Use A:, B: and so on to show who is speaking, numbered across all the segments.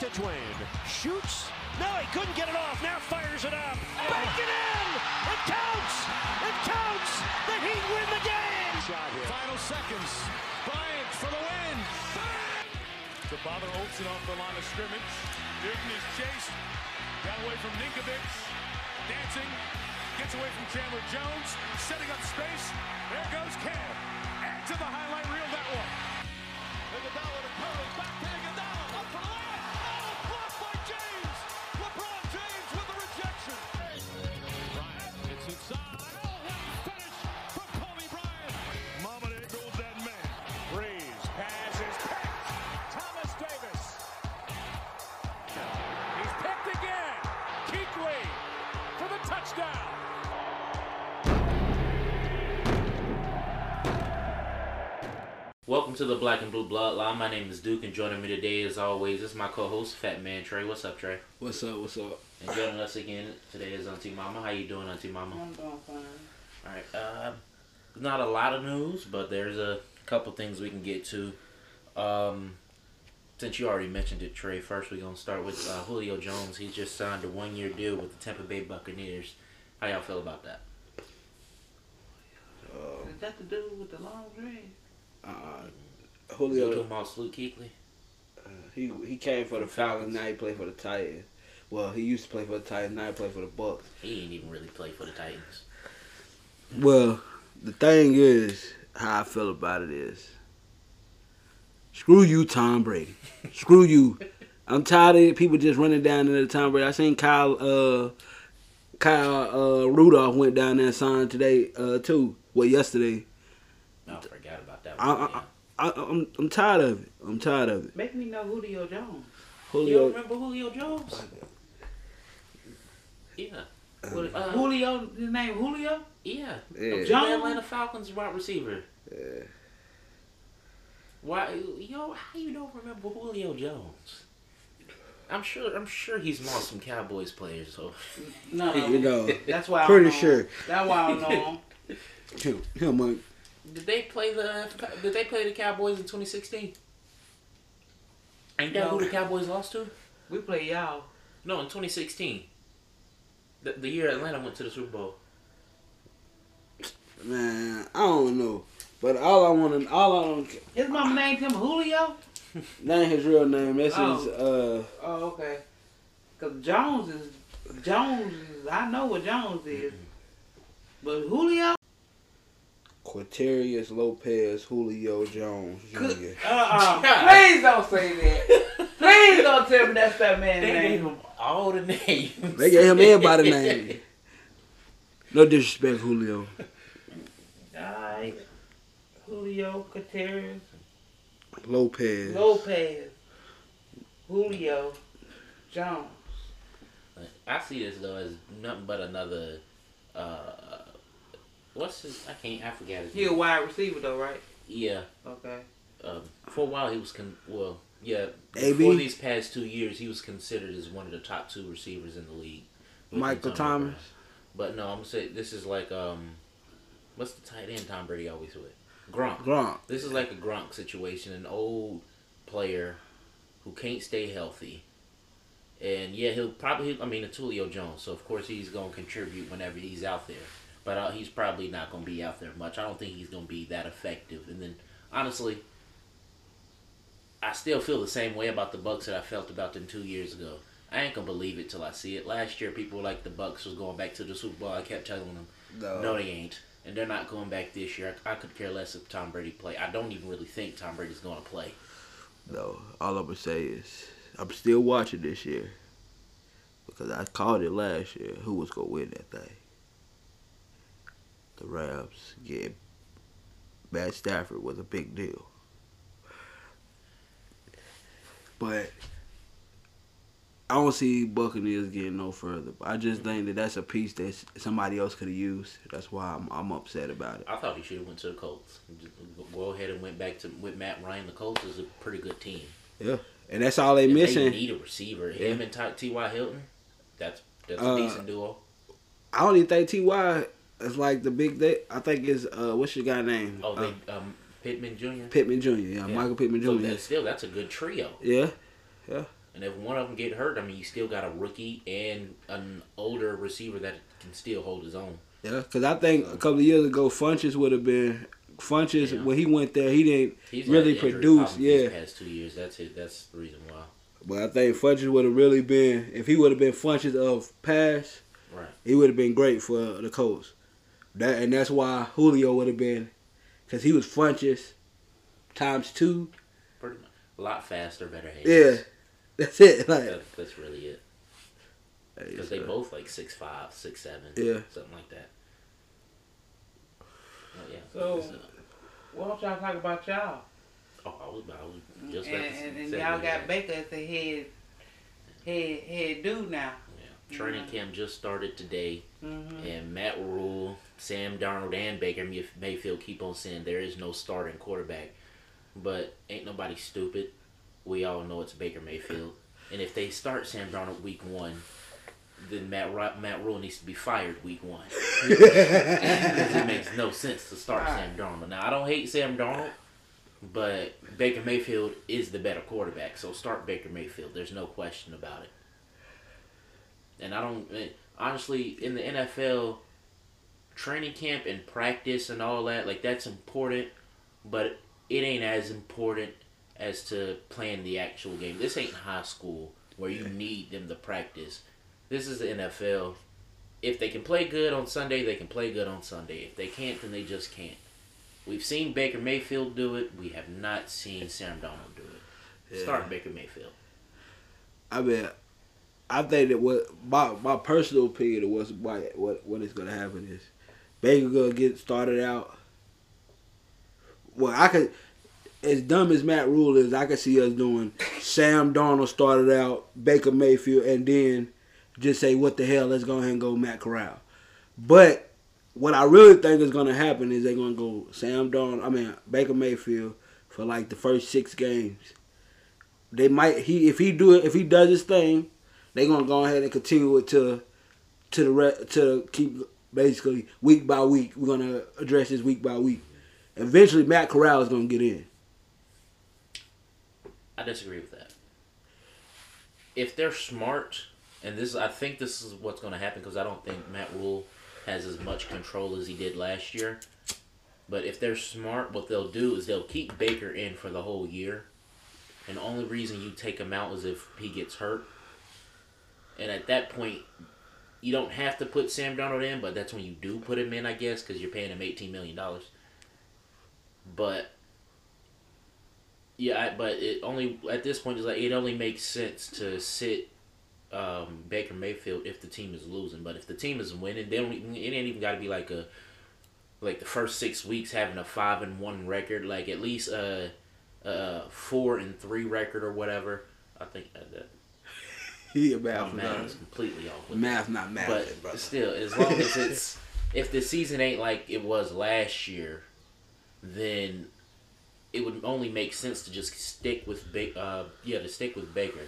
A: Ridgwayne shoots. No, he couldn't get it off. Now fires it up. Back it in. It counts. It counts. The Heat win the game. Shot here.
B: Final seconds. Bryant for the win. The bother Olsen off the line of scrimmage. Newton is chased. Got away from Ninkovic. Dancing. Gets away from Chandler Jones. Setting up space. There goes Cam. Add to the highlight reel that one. Iguodala to Curry. Back to Iguodala. Up for the layup. Oh, blocked by James. LeBron James with the rejection. Bryant. It's inside. Oh, what a finish from Kobe Bryant. Mama, there goes that man. Breeze. Pass is picked. Thomas Davis. He's picked again. Keekly for the touchdown.
C: Welcome to the Black and Blue Bloodline. My name is Duke, and joining me today, as always, is my co-host Fat Man Trey. What's up, Trey?
D: What's up? What's up?
C: And joining us again today is Auntie Mama. How you doing, Auntie Mama?
E: I'm doing fine.
C: All right. Uh, not a lot of news, but there's a couple things we can get to. Um, since you already mentioned it, Trey, first we're gonna start with uh, Julio Jones. He just signed a one-year deal with the Tampa Bay Buccaneers. How y'all feel about that?
E: Is that the dude with the long dread?
D: Uh,
C: Is he talking
D: Julio,
C: about Luke Kuechly?
D: uh, he he came for the Falcons. Now he play for the Titans. Well, he used to play for the Titans. Now he play for the Bucks.
C: He ain't even really played for the Titans.
D: Well, the thing is, how I feel about it is, screw you, Tom Brady. screw you. I'm tired of people just running down into Tom Brady. I seen Kyle uh, Kyle uh, Rudolph went down there and signed today uh, too. Well, yesterday.
C: I forgot about that. One,
D: I, I,
C: yeah.
D: I, I'm I'm tired of it. I'm tired of it.
E: Make me know Julio Jones.
C: You don't
D: Julio,
C: remember Julio Jones? Yeah. Well, uh,
E: Julio, his name Julio?
C: yeah.
D: Yeah.
C: John Atlanta Falcons wide receiver.
D: Yeah.
C: Why yo? How you don't remember Julio Jones? I'm sure. I'm sure he's more some Cowboys players. So
E: No.
D: you know.
E: That's why
D: Pretty
E: I don't know
D: sure.
E: Him. That's why I don't know him.
D: Him, him, uh, Mike.
C: did they play the? Did they play the Cowboys in 2016? Ain't that who the Cowboys lost to?
E: We play y'all.
C: No, in 2016. The, the year Atlanta went to the Super Bowl.
D: Man, I don't know. But all I want to, all I don't,
E: His mama named him Julio?
D: that ain't his real name. That's his, uh,
E: Oh, okay. Because Jones is, Jones is, I know what Jones is. But Julio?
D: Quaterius Lopez Julio Jones
E: Could-
D: Jr.
E: Uh-uh. Please don't say that. Please don't tell me that's that man's
C: They gave
E: name.
C: him all the names.
D: They gave him everybody's name. No disrespect, Julio.
E: Alright. Julio Contreras.
D: Lopez.
E: Lopez, Julio, Jones.
C: I see this though as nothing but another. Uh, what's his? I can't. I forgot his
E: He a
C: name.
E: wide receiver though, right?
C: Yeah.
E: Okay.
C: Um, for a while, he was con. Well, yeah.
D: AB?
C: Before these past two years, he was considered as one of the top two receivers in the league. with
D: Michael
C: Antonio
D: Thomas.
C: Brown. But no, I'm gonna say this is like um, what's the tight end Tom Brady always with? Gronk.
D: Gronk.
C: This is like a Gronk situation, an old player who can't stay healthy. And yeah, he'll probably, I mean, it's Julio Jones, so of course he's going to contribute whenever he's out there. But uh, he's probably not going to be out there much. I don't think he's going to be that effective. And then, honestly, I still feel the same way about the Bucks that I felt about them two years ago. I ain't gonna believe it till I see it. Last year, people were like the Bucks was going back to the Super Bowl. I kept telling them,
D: No.
C: no, they ain't, and they're not going back this year. I, I could care less if Tom Brady play. I don't even really think Tom Brady's going to play.
D: No, all I'm gonna say is I'm still watching this year because I called it last year. Who was gonna win that thing? The Rams getting Matt Stafford was a big deal, but I don't see Buccaneers getting no further. I just think that that's a piece that s- somebody else could have used. That's why I'm, I'm upset about it.
C: I thought he should have went to the Colts. Just Go ahead and went back to with Matt Ryan. The Colts is a pretty good team.
D: And that's all they
C: And They
D: missing.
C: need a receiver. Him and Ty- T.Y. Hilton. That's that's a
D: Uh,
C: decent duo.
D: I don't even think Ty is like the big. They, I think it's uh, what's your guy name?
C: Oh,
D: Uh,
C: they um, Pittman Jr.
D: Pittman Jr. Yeah, Michael Pittman
C: So
D: Jr.
C: that's still that's a good trio.
D: yeah,
C: And if one of them get hurt, I mean, you still got a rookie and an older receiver that can still hold his own.
D: Yeah, because I think a couple of years ago, Funches would have been Funches
C: Yeah.
D: when he went there. He didn't
C: He's had
D: really
C: injury
D: produce.
C: problems
D: Yeah,
C: these past two years. That's it. That's the reason why.
D: but I think Funches would have really been if he would have been Funches of past,
C: Right.
D: he would have been great for the Colts. That and that's why Julio would have been, because he was Funches times two.
C: Pretty much. A lot faster, better hands.
D: Yeah, that's it. Like,
C: That- that's really it. Because they both like six five, six seven.
D: Yeah.
C: Something like that. Oh, yeah.
E: So-
C: That's, uh,
E: What else y'all talk about y'all?
C: oh, I was, about- I was just
E: and
C: about to
E: and, and
C: say
E: y'all
C: that.
E: got Baker as the head, head, head dude now.
C: Yeah. Training
E: Mhm.
C: camp just started today,
E: Mm-hmm.
C: and Matt Rule, Sam Darnold, and Baker May- Mayfield keep on saying there is no starting quarterback. But ain't nobody stupid. We all know it's Baker Mayfield. And if they start Sam Darnold week one, then Matt Ru- Matt Rule needs to be fired week one. Because it makes no sense to start Sam Darnold. Now, I don't hate Sam Darnold, but Baker Mayfield is the better quarterback. So start Baker Mayfield. There's no question about it. And I don't, eh, honestly, in the NFL, training camp and practice and all that, like, that's important, but it ain't as important as to playing the actual game. This ain't high school where you need them to practice. This is the NFL if they can play good on Sunday, they can play good on Sunday. If they can't, then they just can't. We've seen Baker Mayfield do it. We have not seen Sam Donald do it. Start Baker Mayfield.
D: I mean, I think that what my my personal opinion of what's why what what is gonna happen is Baker gonna get started out. Well, I could, as dumb as Matt Rule is, I could see us doing Sam Darnold started out, Baker Mayfield, and then just say what the hell, let's go ahead and go Matt Corral. But what I really think is gonna happen is they're gonna go Sam Darnold, I mean Baker Mayfield for like the first six games they might he if he do it if he does his thing, they gonna go ahead and continue it to to the re, to keep basically week by week. We're gonna address this week by week. Eventually, Matt Corral is gonna get in.
C: I disagree with that. If they're smart, and this I think this is what's going to happen because I don't think Matt Rule has as much control as he did last year. But if they're smart, what they'll do is they'll keep Baker in for the whole year. And the only reason you take him out is if he gets hurt. And at that point, you don't have to put Sam Donald in, but that's when you do put him in, I guess, because you're paying him $18 million. But yeah, I, but it only at this point is like it only makes sense to sit um, Baker Mayfield if the team is losing. But if the team is winning, they don't. Even, it ain't even got to be like a like the first six weeks having a five and one record. Like at least a, a four and three record or whatever. I think that, that
D: He a
C: my
D: math
C: math
D: not
C: is completely off. With
D: math not math,
C: Oh, but
D: brother.
C: still, as long as it's if the season ain't like it was last year, then it would only make sense to just stick with Baker. Uh, yeah, to stick with Baker.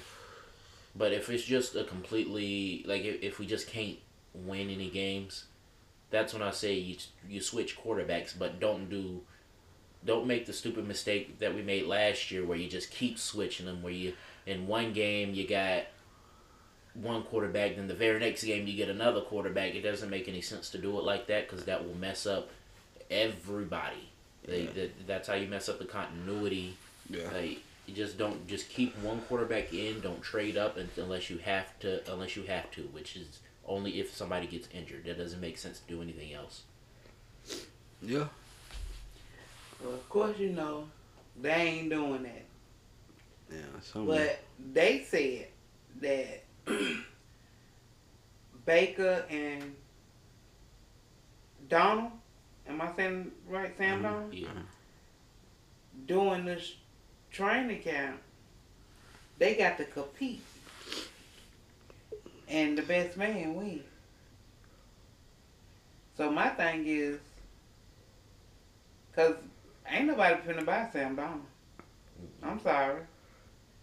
C: But if it's just a completely like if, if we just can't win any games, that's when I say you you switch quarterbacks, but don't do. Don't make the stupid mistake that we made last year, where you just keep switching them. Where you in one game you got one quarterback, then the very next game you get another quarterback. It doesn't make any sense to do it like that because that will mess up everybody. They, that- that's how you mess up the continuity.
D: Yeah.
C: Like, you just don't just keep one quarterback in. Don't trade up un- unless you have to. Unless you have to, which is only if somebody gets injured. That doesn't make sense to do anything else.
D: Yeah,
E: Well, of course, you know, they ain't doing that.
D: yeah.
C: Mm-hmm.
D: Something.
E: But they said that Baker and Donald, am I saying right, Sam Donald?
C: Mm-hmm. Yeah.
E: Doing this training camp, they got to compete. And the best man win. So my thing is, because ain't nobody finna buy Sam Donald. I'm sorry.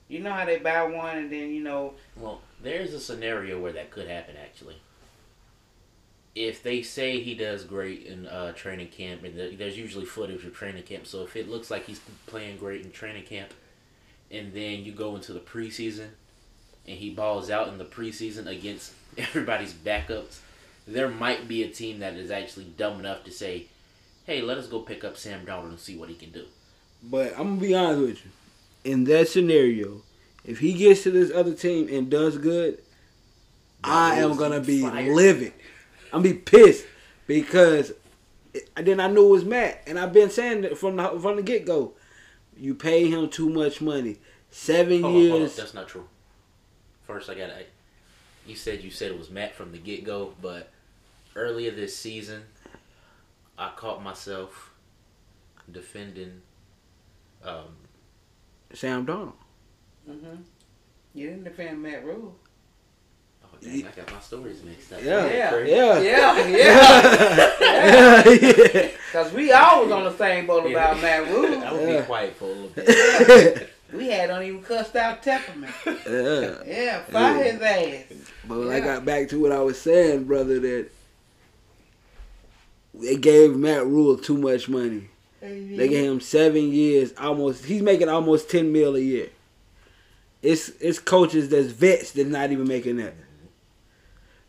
E: You know how they buy one and then, you know,
C: Well, there's a scenario where that could happen actually. If they say he does great in uh, training camp, and there- there's usually footage of training camp, so if it looks like he's playing great in training camp, and then you go into the preseason, and he balls out in the preseason against everybody's backups, there might be a team that is actually dumb enough to say, "Hey, let us go pick up Sam Donald and see what he can do."
D: But I'm gonna be honest with you. In that scenario, if he gets to this other team and does good, I am gonna be
C: Fired.
D: livid. I'm gonna be pissed because it- then I knew it was Matt, and I've been saying that from the from the get go. You pay him too much money. Seven
C: Hold on, hold on.
D: years.
C: That's not true. First, I gotta. You said you said it was Matt from the get go, but earlier this season, I caught myself defending. Um,
D: Sam Donald.
E: Mm-hmm. You didn't defend Matt Rule.
C: oh, dang, I got my stories mixed up.
D: Yeah.
E: Yeah.
C: Crazy.
D: Yeah.
E: Yeah,
D: Yeah.
E: yeah.
D: yeah.
E: Because we always on the same boat about Matt
C: I
E: Rule.
C: would
D: Yeah.
C: be quiet for a little bit.
E: We had on even cussed out temperament.
D: yeah.
E: Yeah, fire his ass.
D: But when I
E: Yeah.
D: got back to what I was saying, brother, that they gave Matt Rule too much money. They gave him seven years, almost. He's making almost ten mil a year. It's it's coaches that's vets that's not even making that.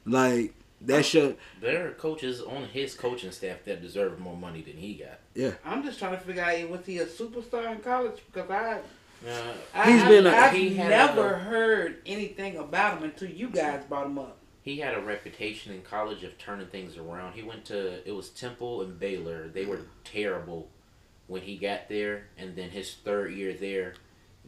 D: Like that's your
C: there are coaches on his coaching staff that deserve more money than he got.
E: I'm just trying to figure out was he a superstar in college? Because I,
C: Uh,
E: I
D: He's been a-
E: I've
C: he had
E: never
C: a-
E: heard anything about him until you guys brought him up.
C: he had a reputation in college of turning things around. He went to it was Temple and Baylor. They were terrible when he got there, and then his third year there,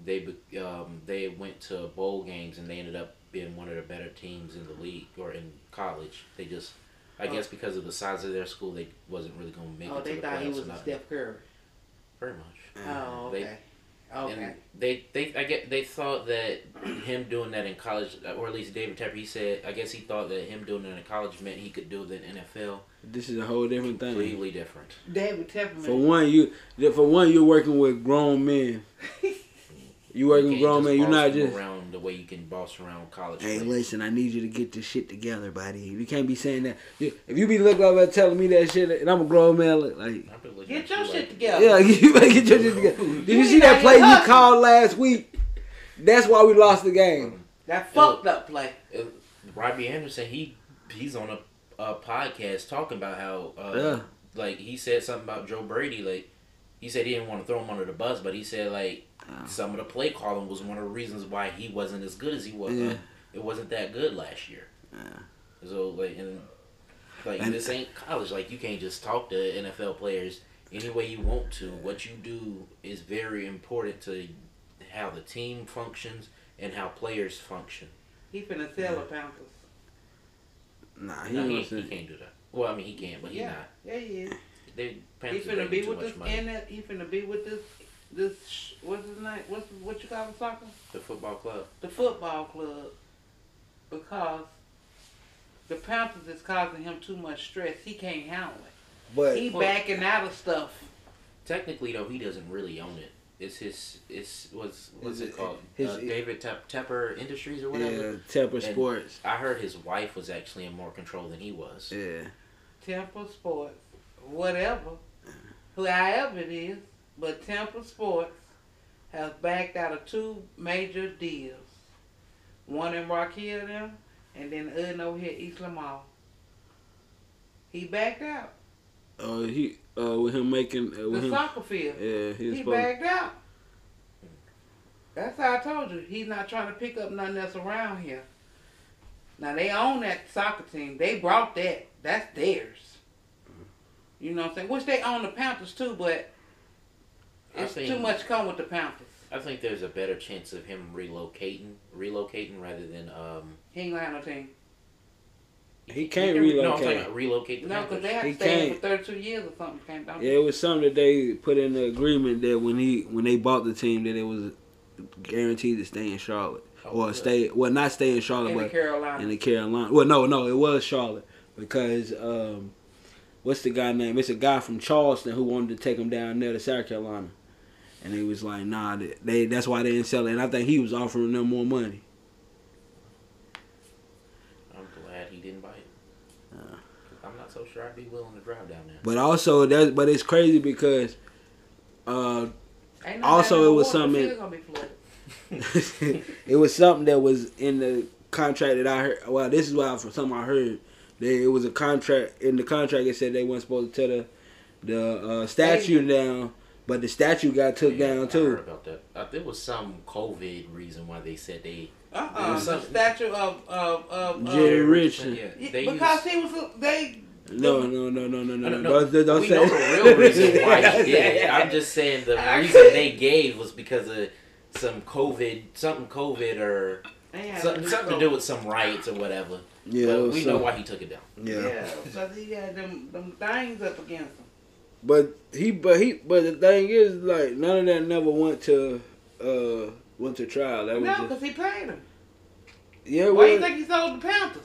C: they be- um, they went to bowl games and they ended up being one of the better teams in the league or in college. They just, I guess, because of the size of their school, they wasn't really gonna make
E: Oh,
C: it to
E: they
C: the
E: thought he
C: playoffs.
E: was
C: or
E: a
C: nothing.
E: Steph Curry.
C: Very much.
E: Oh,
C: They-
E: okay. Okay.
C: And they, they, I get, they thought that him doing that in college, or at least David Tepper, he said, I guess he thought that him doing it in college meant he could do it in NFL.
D: this is a whole different thing.
C: Completely different.
E: David Tepperman.
D: For one, you for one you're working with grown men. You working with
C: can't
D: grown men. You're
C: boss
D: not
C: them
D: just.
C: around the way you can boss around college.
D: Hey,
C: players.
D: listen, I need you to get this shit together, buddy. You can't be saying that. You- If you be looking over and telling me that shit, and I'm a grown man, look like,
C: I've been looking
E: Get
C: at you
E: your
C: like-
E: shit together.
D: yeah, you better get your shit together. Did you
E: You
D: see that
E: ain't
D: play you
E: hustling.
D: called last week? That's why we lost the game.
E: That fucked up play.
C: Robbie Anderson, he he's on a, a podcast talking about how uh,
D: Yeah.
C: like he said something about Joe Brady, like he said he didn't want to throw him under the bus, but he said like
D: Oh.
C: some of the play calling was one of the reasons why he wasn't as good as he was.
D: Yeah.
C: It wasn't that good last year.
D: Yeah.
C: So like and like
D: And-
C: this ain't college. Like you can't just talk to NFL players any way you want to. What you do is very important to how the team functions and how players function.
E: He finna sell the Panthers.
D: Nah, he
C: No, he,
D: wants
C: he
D: to.
C: can't do that. Well, I mean, he can, but he
E: Yeah,
C: not.
E: yeah, he is.
C: They
E: He
C: Panthers
E: finna
C: making
E: be
C: too
E: with
C: much
E: this
C: money.
E: NF. He finna be with this this sh- what's his name? What's what you call it, soccer?
C: the football club.
E: The football club because the Panthers is causing him too much stress. He can't handle it.
D: But
E: He
C: Well-
E: backing out of stuff.
C: Technically, though, he doesn't really own it. It's his. It's what's what's
D: Is
C: it,
D: it-
C: called?
D: his-
C: uh, David Tep- Tepper Industries or whatever.
D: yeah, Temper
C: And-
D: Sports.
C: I heard his wife was actually in more control than he was.
D: Yeah,
E: Temple Sports, whatever, however it is, but Temple Sports has backed out of two major deals. One in Rock Hill them, and then the other over here at East Lamar. He backed out.
D: uh, he uh, with him making uh,
E: The
D: with him.
E: soccer field.
D: Yeah, he was
E: He
D: supposed.
E: backed out. That's how I told you. He's not trying to pick up nothing else around here. Now they own that soccer team. They brought that. That's theirs. You know what I'm saying? Which they own the Panthers too, but
C: I
E: it's
C: think-
E: too much come with the Panthers.
C: I think there's a better chance of him relocating, relocating rather than um.
E: He ain't gonna have no team.
D: He can't
C: No, I'm
D: relocate.
C: talking about relocate the
E: No, because they
C: Panthers.
E: have
D: He
E: to stay in
D: can't.
E: for 32 years or something. Can't, don't
D: Yeah, it was something that they put in the agreement that when he when they bought the team that it was guaranteed to stay in Charlotte
C: Oh,
D: or
C: good.
D: stay well not stay in
E: they?
D: Charlotte
E: in the
D: but
E: Carolina.
D: in the Carolina. Well, no, no, it was Charlotte because um, what's the guy name? It's a guy from Charleston who wanted to take him down there to South Carolina, and he was like, "Nah, they, they that's why they didn't sell it." And I think he was offering them more money.
C: I'm glad he didn't buy it.
D: Uh.
C: 'Cause I'm not so sure I'd be willing to drive down there.
D: But also, that but it's crazy because uh,
E: Ain't
D: also
E: nobody
D: it was
E: in the water,
D: something-
E: it's still gonna be flooded.
D: it was something that was in the contract that I heard. Well, this is why from something I heard. They, it was a contract in the contract. It said they weren't supposed to tear the the uh, statue down, but the statue got took
C: Yeah,
D: down
C: I heard
D: too.
C: about that. I, there was some COVID reason why they said they.
E: Uh-uh.
C: There's
E: The
C: something-
E: statue of of of, of
D: Jerry Richardson.
C: Yeah,
E: Yeah,
C: they
E: because
C: used,
E: he was a- they
D: No, no, no, no, no, no,
C: No,
D: no.
C: no,
D: Don't, don't
C: we
D: say
C: know the real reason why he did it. I'm just saying the reason they gave was because of some COVID, something COVID or
E: they had
C: something, something to do with some riots or whatever.
D: Yeah,
C: But
D: it was
C: we know
D: some-
C: why he took it down.
E: Yeah,
D: Yeah.
E: because he had them them things up against him.
D: But he, but he, but the thing is, like none of that never went to uh went to trial. That was
E: No,
D: just,
E: because he paid him.
D: yeah. it
E: Why you
D: was.
E: think he sold the Panthers?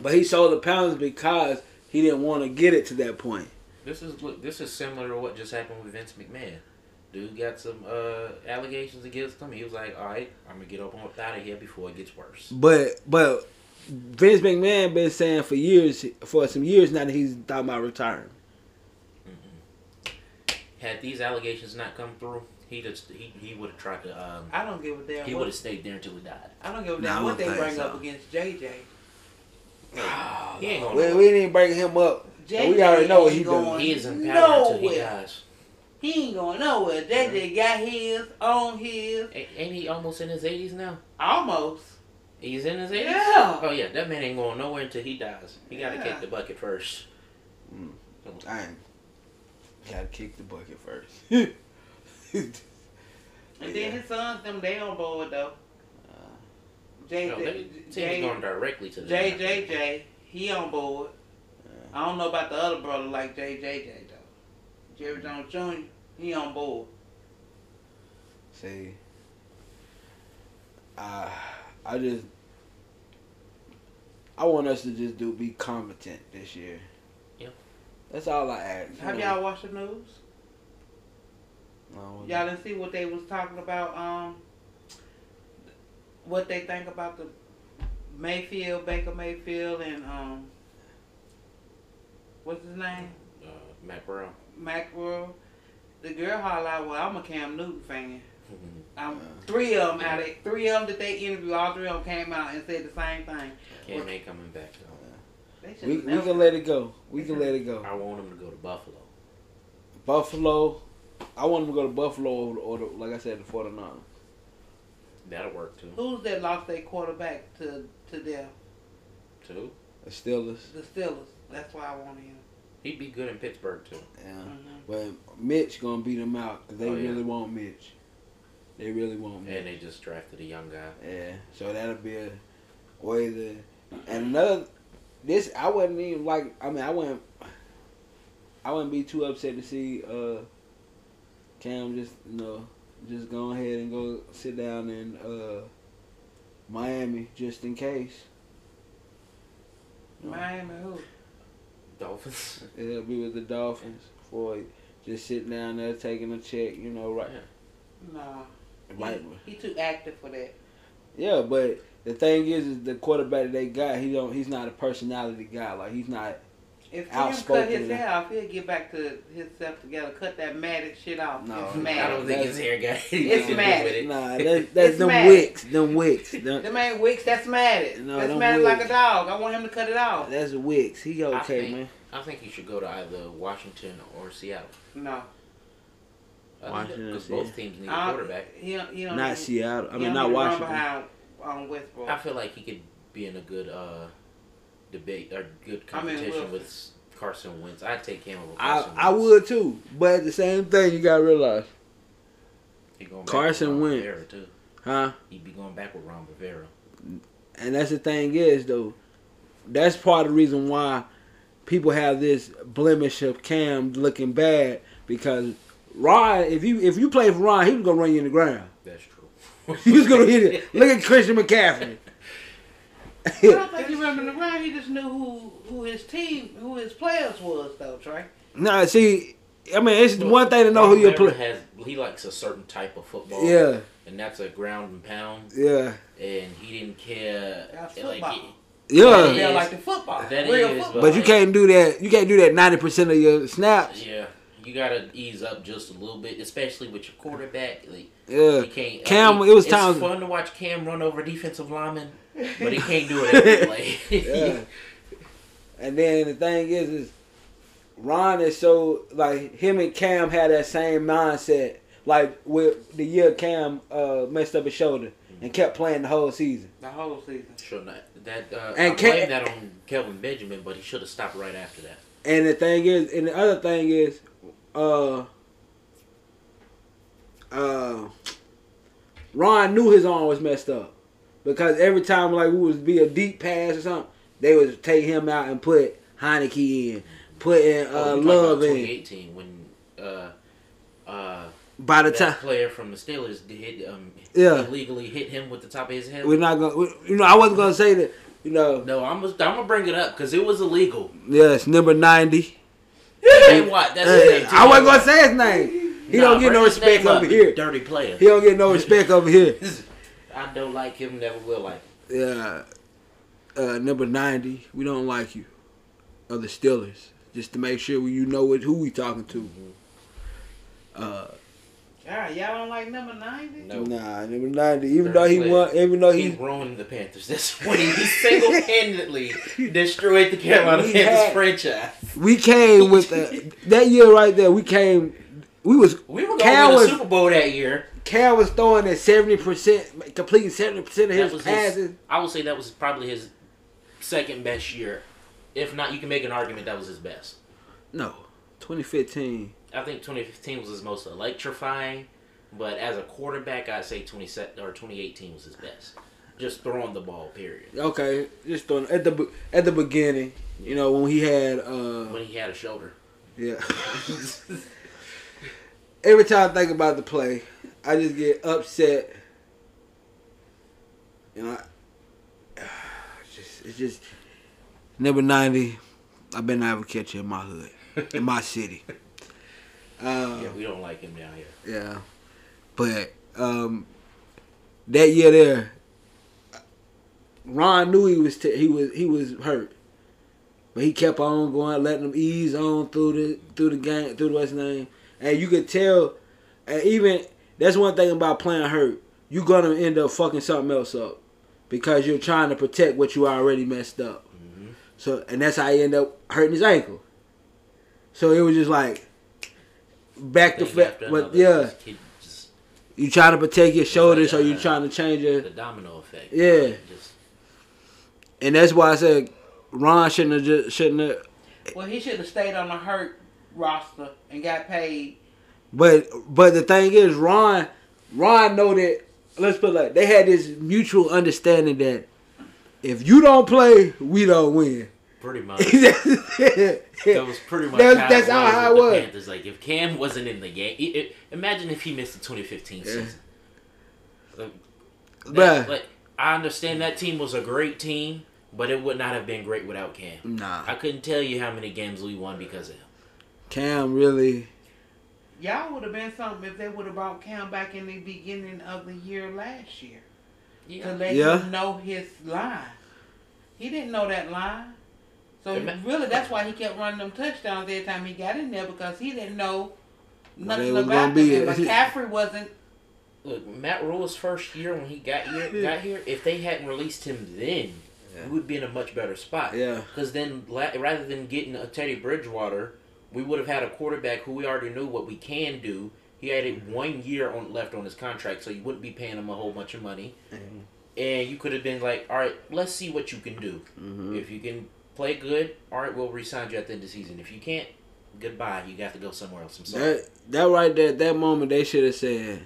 D: But he sold the pounds because he didn't want to get it to that point.
C: This is look. This is similar to what just happened with Vince McMahon. Dude got some uh, allegations against him. He was like, "All right, I'm gonna get up on out of here before it gets worse."
D: But but Vince McMahon been saying for years, for some years now that he's talking about retiring.
C: Had these allegations not come through, he just he, he would have tried to um,
E: I don't give a damn.
C: he
E: What,
C: would have stayed there until he died.
E: I don't give a
D: Nah,
E: damn
D: I
E: what
D: don't
E: they
D: think
E: bring
D: so.
E: up against JJ. Oh,
C: He ain't gonna.
D: We, we didn't even bring him up.
E: JJ
D: we already know what
E: ain't
D: he
E: going-
D: doing.
C: he is in power
E: No
C: until he
E: way.
C: dies.
E: He ain't going nowhere. JJ got his on his
C: A- Ain't he almost in his eighties now?
E: almost.
C: He's in his eighties.
E: Yeah.
C: Oh yeah, that man ain't going nowhere until he dies. He gotta
E: Yeah.
C: kick the bucket first.
D: Dang. Gotta kick the bucket first.
E: And
D: Yeah.
E: then his sons them they on board though.
D: Uh,
C: No, they,
E: JJ
C: team's
E: J-
C: going directly to the
E: JJJ, he on board. I don't know about the other brother like JJJ though. Jerry Jones Jr. He on board.
D: See, I I just I want us to just do be competent this year.
C: Yeah.
D: That's all I ask.
E: Have y'all watched the news?
D: No,
E: Y'all didn't see what they was talking about. Um, what they think about the Mayfield Baker Mayfield and um, what's his name?
C: Uh, Matt Brown.
E: Macworld. The girl holler out, "Well, I'm a Cam Newton fan." Um, three of them out of three of them that they interviewed, all three of them came out and said the same thing.
C: Cam ain't coming back.
E: They should
D: we, we can let it go. We can let it go.
C: I want him to go to Buffalo.
D: Buffalo. I want them to go to Buffalo or, or the, like I said, the 49ers.
C: That'll work too.
E: Who's that lost their quarterback to to them?
C: Too.
D: The Steelers.
E: The Steelers. That's why I want him.
C: He'd be good in Pittsburgh too.
D: Yeah.
E: Mhm.
D: But Mitch gonna beat them out 'cause they
C: Oh, yeah.
D: really want Mitch. They really want Mitch.
C: And they just drafted a young guy.
D: Yeah, so that'll be a way to. And another, this I wouldn't even like. I mean, I wouldn't. I wouldn't be too upset to see uh, Cam just you know just go ahead and go sit down in uh, Miami just in case.
E: Miami who?
C: Dolphins.
D: It'll be with the Dolphins for it. just sitting down there taking a check, you know, right,
E: Nah.
D: right.
E: He, he too active for that.
D: Yeah, but the thing is, is the quarterback that they got, he don't. He's not a personality guy. Like he's not.
E: If Tim
D: Outspoken.
E: cut his hair off, he'll get back to himself together. Cut that matted shit off.
D: No,
E: it's
D: no,
C: I
E: mad.
C: don't think his hair got anything
E: Oh, It's
C: to do
E: Matt.
C: with it.
D: Nah, that, that's
E: It's
D: them
E: mad.
D: wicks. Them wicks. Them,
E: Them ain't wicks. That's matted.
D: No,
E: that's
D: them
E: matted like a
D: wicks.
E: dog. I want him to cut it off.
D: that's wicks. He
C: I
D: okay,
C: think-
D: man.
C: I think he should go to either Washington or Seattle.
E: No.
D: Washington,
C: Because
D: yeah.
C: both teams need a
E: I-
C: quarterback.
E: He, don't- he don't
D: Not
E: need-
D: Seattle. I
E: he
D: mean,
E: don't need
D: not
E: to run
D: Washington.
E: Behind, um, Westbrook.
C: I feel like he could be in a good uh, debate or
E: I
C: good
E: mean,
C: competition
E: Wilson.
C: with Carson Wentz. I'd take him over
D: I,
C: Carson
D: I
C: Wentz.
D: would too, but at the same thing, you gotta realize,
C: He going back
D: Carson
C: with Ron
D: Wentz.
C: Rivera, too.
D: huh?
C: He'd be going back with Ron Rivera.
D: And that's the thing is though, that's part of the reason why people have this blemish of Cam looking bad because Ron, if you if you play for Ron, he was gonna run you in the ground.
C: That's true.
D: He was gonna hit it. Look at Christian McCaffrey.
E: I don't think he running around. He just knew who, who his team, who his players was, though, Trey.
D: nah, see, I mean, it's
C: Look,
D: one thing to know who
C: Ron
D: you're
C: Rivera
D: playing.
C: has- He likes a certain type of football.
D: Yeah,
C: And that's a ground and pound.
D: yeah,
C: And he didn't care.
E: That's
C: like,
E: football.
C: he-
D: yeah.
E: They
C: is-
E: like the football.
C: that
E: real
C: is,
E: football.
D: But you can't do that. You can't do that ninety percent of your snaps.
C: yeah. You gotta ease up just a little bit, especially with your quarterback. Like,
D: Yeah.
C: you can't.
D: Cam,
C: like,
D: it was
C: it's
D: times-
C: fun to watch Cam run over defensive linemen, but he can't do it every play.
D: Yeah. and then the thing is, is Ron is so like him and Cam had that same mindset. Like with the year Cam uh, messed up his shoulder and kept playing the whole season.
E: The whole season.
C: Sure not. That uh,
D: And
C: I
D: Cam-
C: blame that on Kelvin Benjamin, but he should have stopped right after that.
D: And the thing is, and the other thing is, uh, uh, Ron knew his arm was messed up because every time like we was be a deep pass or something, they would take him out and put Heineke in, put in uh,
C: Oh, we talking about
D: Love in.
C: 2018 when uh, uh,
D: By the
C: that
D: time
C: player from the Steelers did hit, um,
D: Yeah.
C: illegally hit him with the top of his head.
D: we're not gonna, we, you know, I wasn't gonna say that, you know.
C: no, I'm gonna I'm gonna bring it up because it was illegal.
D: Yes, number ninety.
C: Hey, what? That's his name,
D: Hey,
C: too.
D: I wasn't gonna say his name. He
C: Nah,
D: don't get
C: bring
D: no
C: his
D: respect
C: name up, you
D: over here.
C: Dirty player.
D: He don't get no respect over here.
C: I don't like him. Never will like. Him.
D: uh, uh, number 90, we don't like you, of the Steelers, just to make sure you know what, who we talking to. Uh,
E: God, y'all don't like number 90?
C: No.
D: Nah, number 90, even
C: Third
D: though he
C: place.
D: won, even though
C: He
D: Oh, he,
C: ruined the Panthers this way. He single-handedly destroyed the Carolina
D: He
C: Panthers
D: had-
C: franchise.
D: we came with, the, that year right there, we came, we was,
C: We were going
D: Cal
C: to win
D: was-
C: the Super Bowl that year.
D: Cal was throwing at 70%, completing 70% of
C: That
D: his
C: was
D: passes.
C: his, I would say that was probably his second best year. If not, you can make an argument that was his best.
D: no, 2015.
C: I think 2015 was his most electrifying, but as a quarterback, I'd say 27 or 2018 was his best. Just throwing the ball, period.
D: Okay, just throwing, at the, be- at the beginning, you know, when he had, uh,
C: When he had a shoulder.
D: yeah. every time I think about the play, I just get upset. You know, I, it's just, it's just number ninety. I've been having catcher in my hood, in my city. Uh,
C: yeah, we don't like him down here.
D: yeah, but um, that year there, Ron knew he was t- he was he was hurt, but he kept on going, letting him ease on through the through the game through the West name, and you could tell, and even that's one thing about playing hurt, you're gonna end up fucking something else up because you're trying to protect what you already messed up. So and that's how he ended up hurting his ankle. So it was just like back to
C: Thing
D: fa-
C: after
D: but
C: another,
D: yeah.
C: just- he just-
D: You trying to protect your shoulders, or you
C: uh,
D: trying to change your,
C: the domino effect.
D: Yeah.
C: Just,
D: and that's why I said Ron shouldn't have just shouldn't have.
E: Well, he should have stayed on the hurt roster and got paid.
D: But but the thing is, Ron Ron know that. Let's put it like they had this mutual understanding that if you don't play, we don't win.
C: pretty much. That
D: that
C: was pretty much
D: That's-
C: how
D: that's
C: it
D: how-
C: was
D: how
C: with
D: it
C: the
D: was.
C: Panthers. Like if Cam wasn't in the game, i i imagine if he missed the 2015 season. Like, that-
D: Bruh.
C: like, I understand that team was a great team, but it would not have been great without Cam. I
D: nah,
C: couldn't tell you how many games we won because of him.
D: Cam really.
E: Y'all would have been something if they would have brought Cam back in the beginning of the year last year to let
D: Yeah.
E: him know his line. He didn't know that line. So
C: Ima-
E: really, that's why he kept running them touchdowns every time he got in there because he didn't know
D: Well, they
E: nothing
D: was gonna
E: about
D: be
E: it.
D: it.
E: And McCaffrey wasn't.
C: Look, Matt Rule's first year when he got here, got here, if they hadn't released him then,
D: Yeah.
C: we would be in a much better spot.
D: Yeah.
C: Because then, la- rather than getting a Teddy Bridgewater, we would have had a quarterback who we already knew what we can do. He had it
D: Mm-hmm.
C: one year on left on his contract, so you wouldn't be paying him a whole bunch of money. Mm-hmm. And you could have been like, all right, let's see what you can do.
D: Mm-hmm.
C: If you can play good, all right, we'll resign you at the end of the season. If you can't, goodbye. You got to go somewhere else. I'm sorry.
D: That that right there, at that moment they should have said,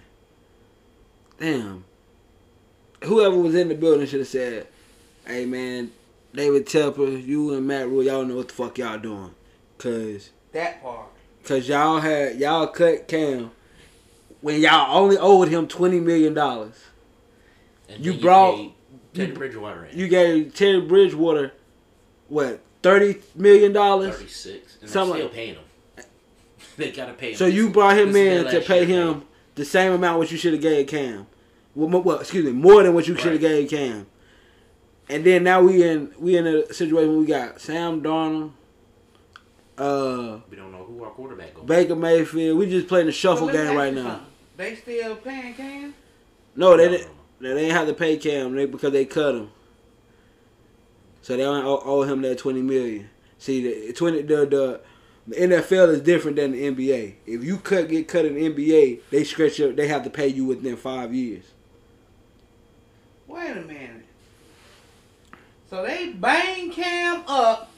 D: "Damn." Whoever was in the building should have said, "Hey man, David Tepper, you and Matt Rule, y'all know what the fuck y'all doing, cause
E: That part.
D: cause y'all had y'all cut Cam when y'all only owed him twenty million dollars.
C: And
D: you
C: then
D: brought-
C: paid Teddy
D: you-
C: Bridgewater in.
D: You gave Terry Bridgewater what thirty million dollars?
C: 36. And they're
D: Something
C: still
D: like-
C: paying him. they got to pay him.
D: So you brought him
C: This is
D: in
C: their
D: to
C: last
D: pay
C: year,
D: him
C: man.
D: the same amount what you should have gave Cam. Well, mo- well, excuse me, more than what you should have
C: Right.
D: gave Cam. And then now we in we in a situation where we got Sam Darnold, uh,
C: We don't know who our quarterback going.
D: Baker Mayfield. We just playing the shuffle
E: But let me
D: game
E: ask
D: right
E: you
D: now.
E: something. They still paying Cam?
D: No, they
C: No,
D: didn't. They didn't have to pay Cam they, because they cut him. So they don't owe, owe him that twenty million. See, the twenty the, the the NFL is different than the NBA. If you cut get cut in the NBA, they stretch up. They have to pay you within five years.
E: Wait a minute. So they bang Cam up,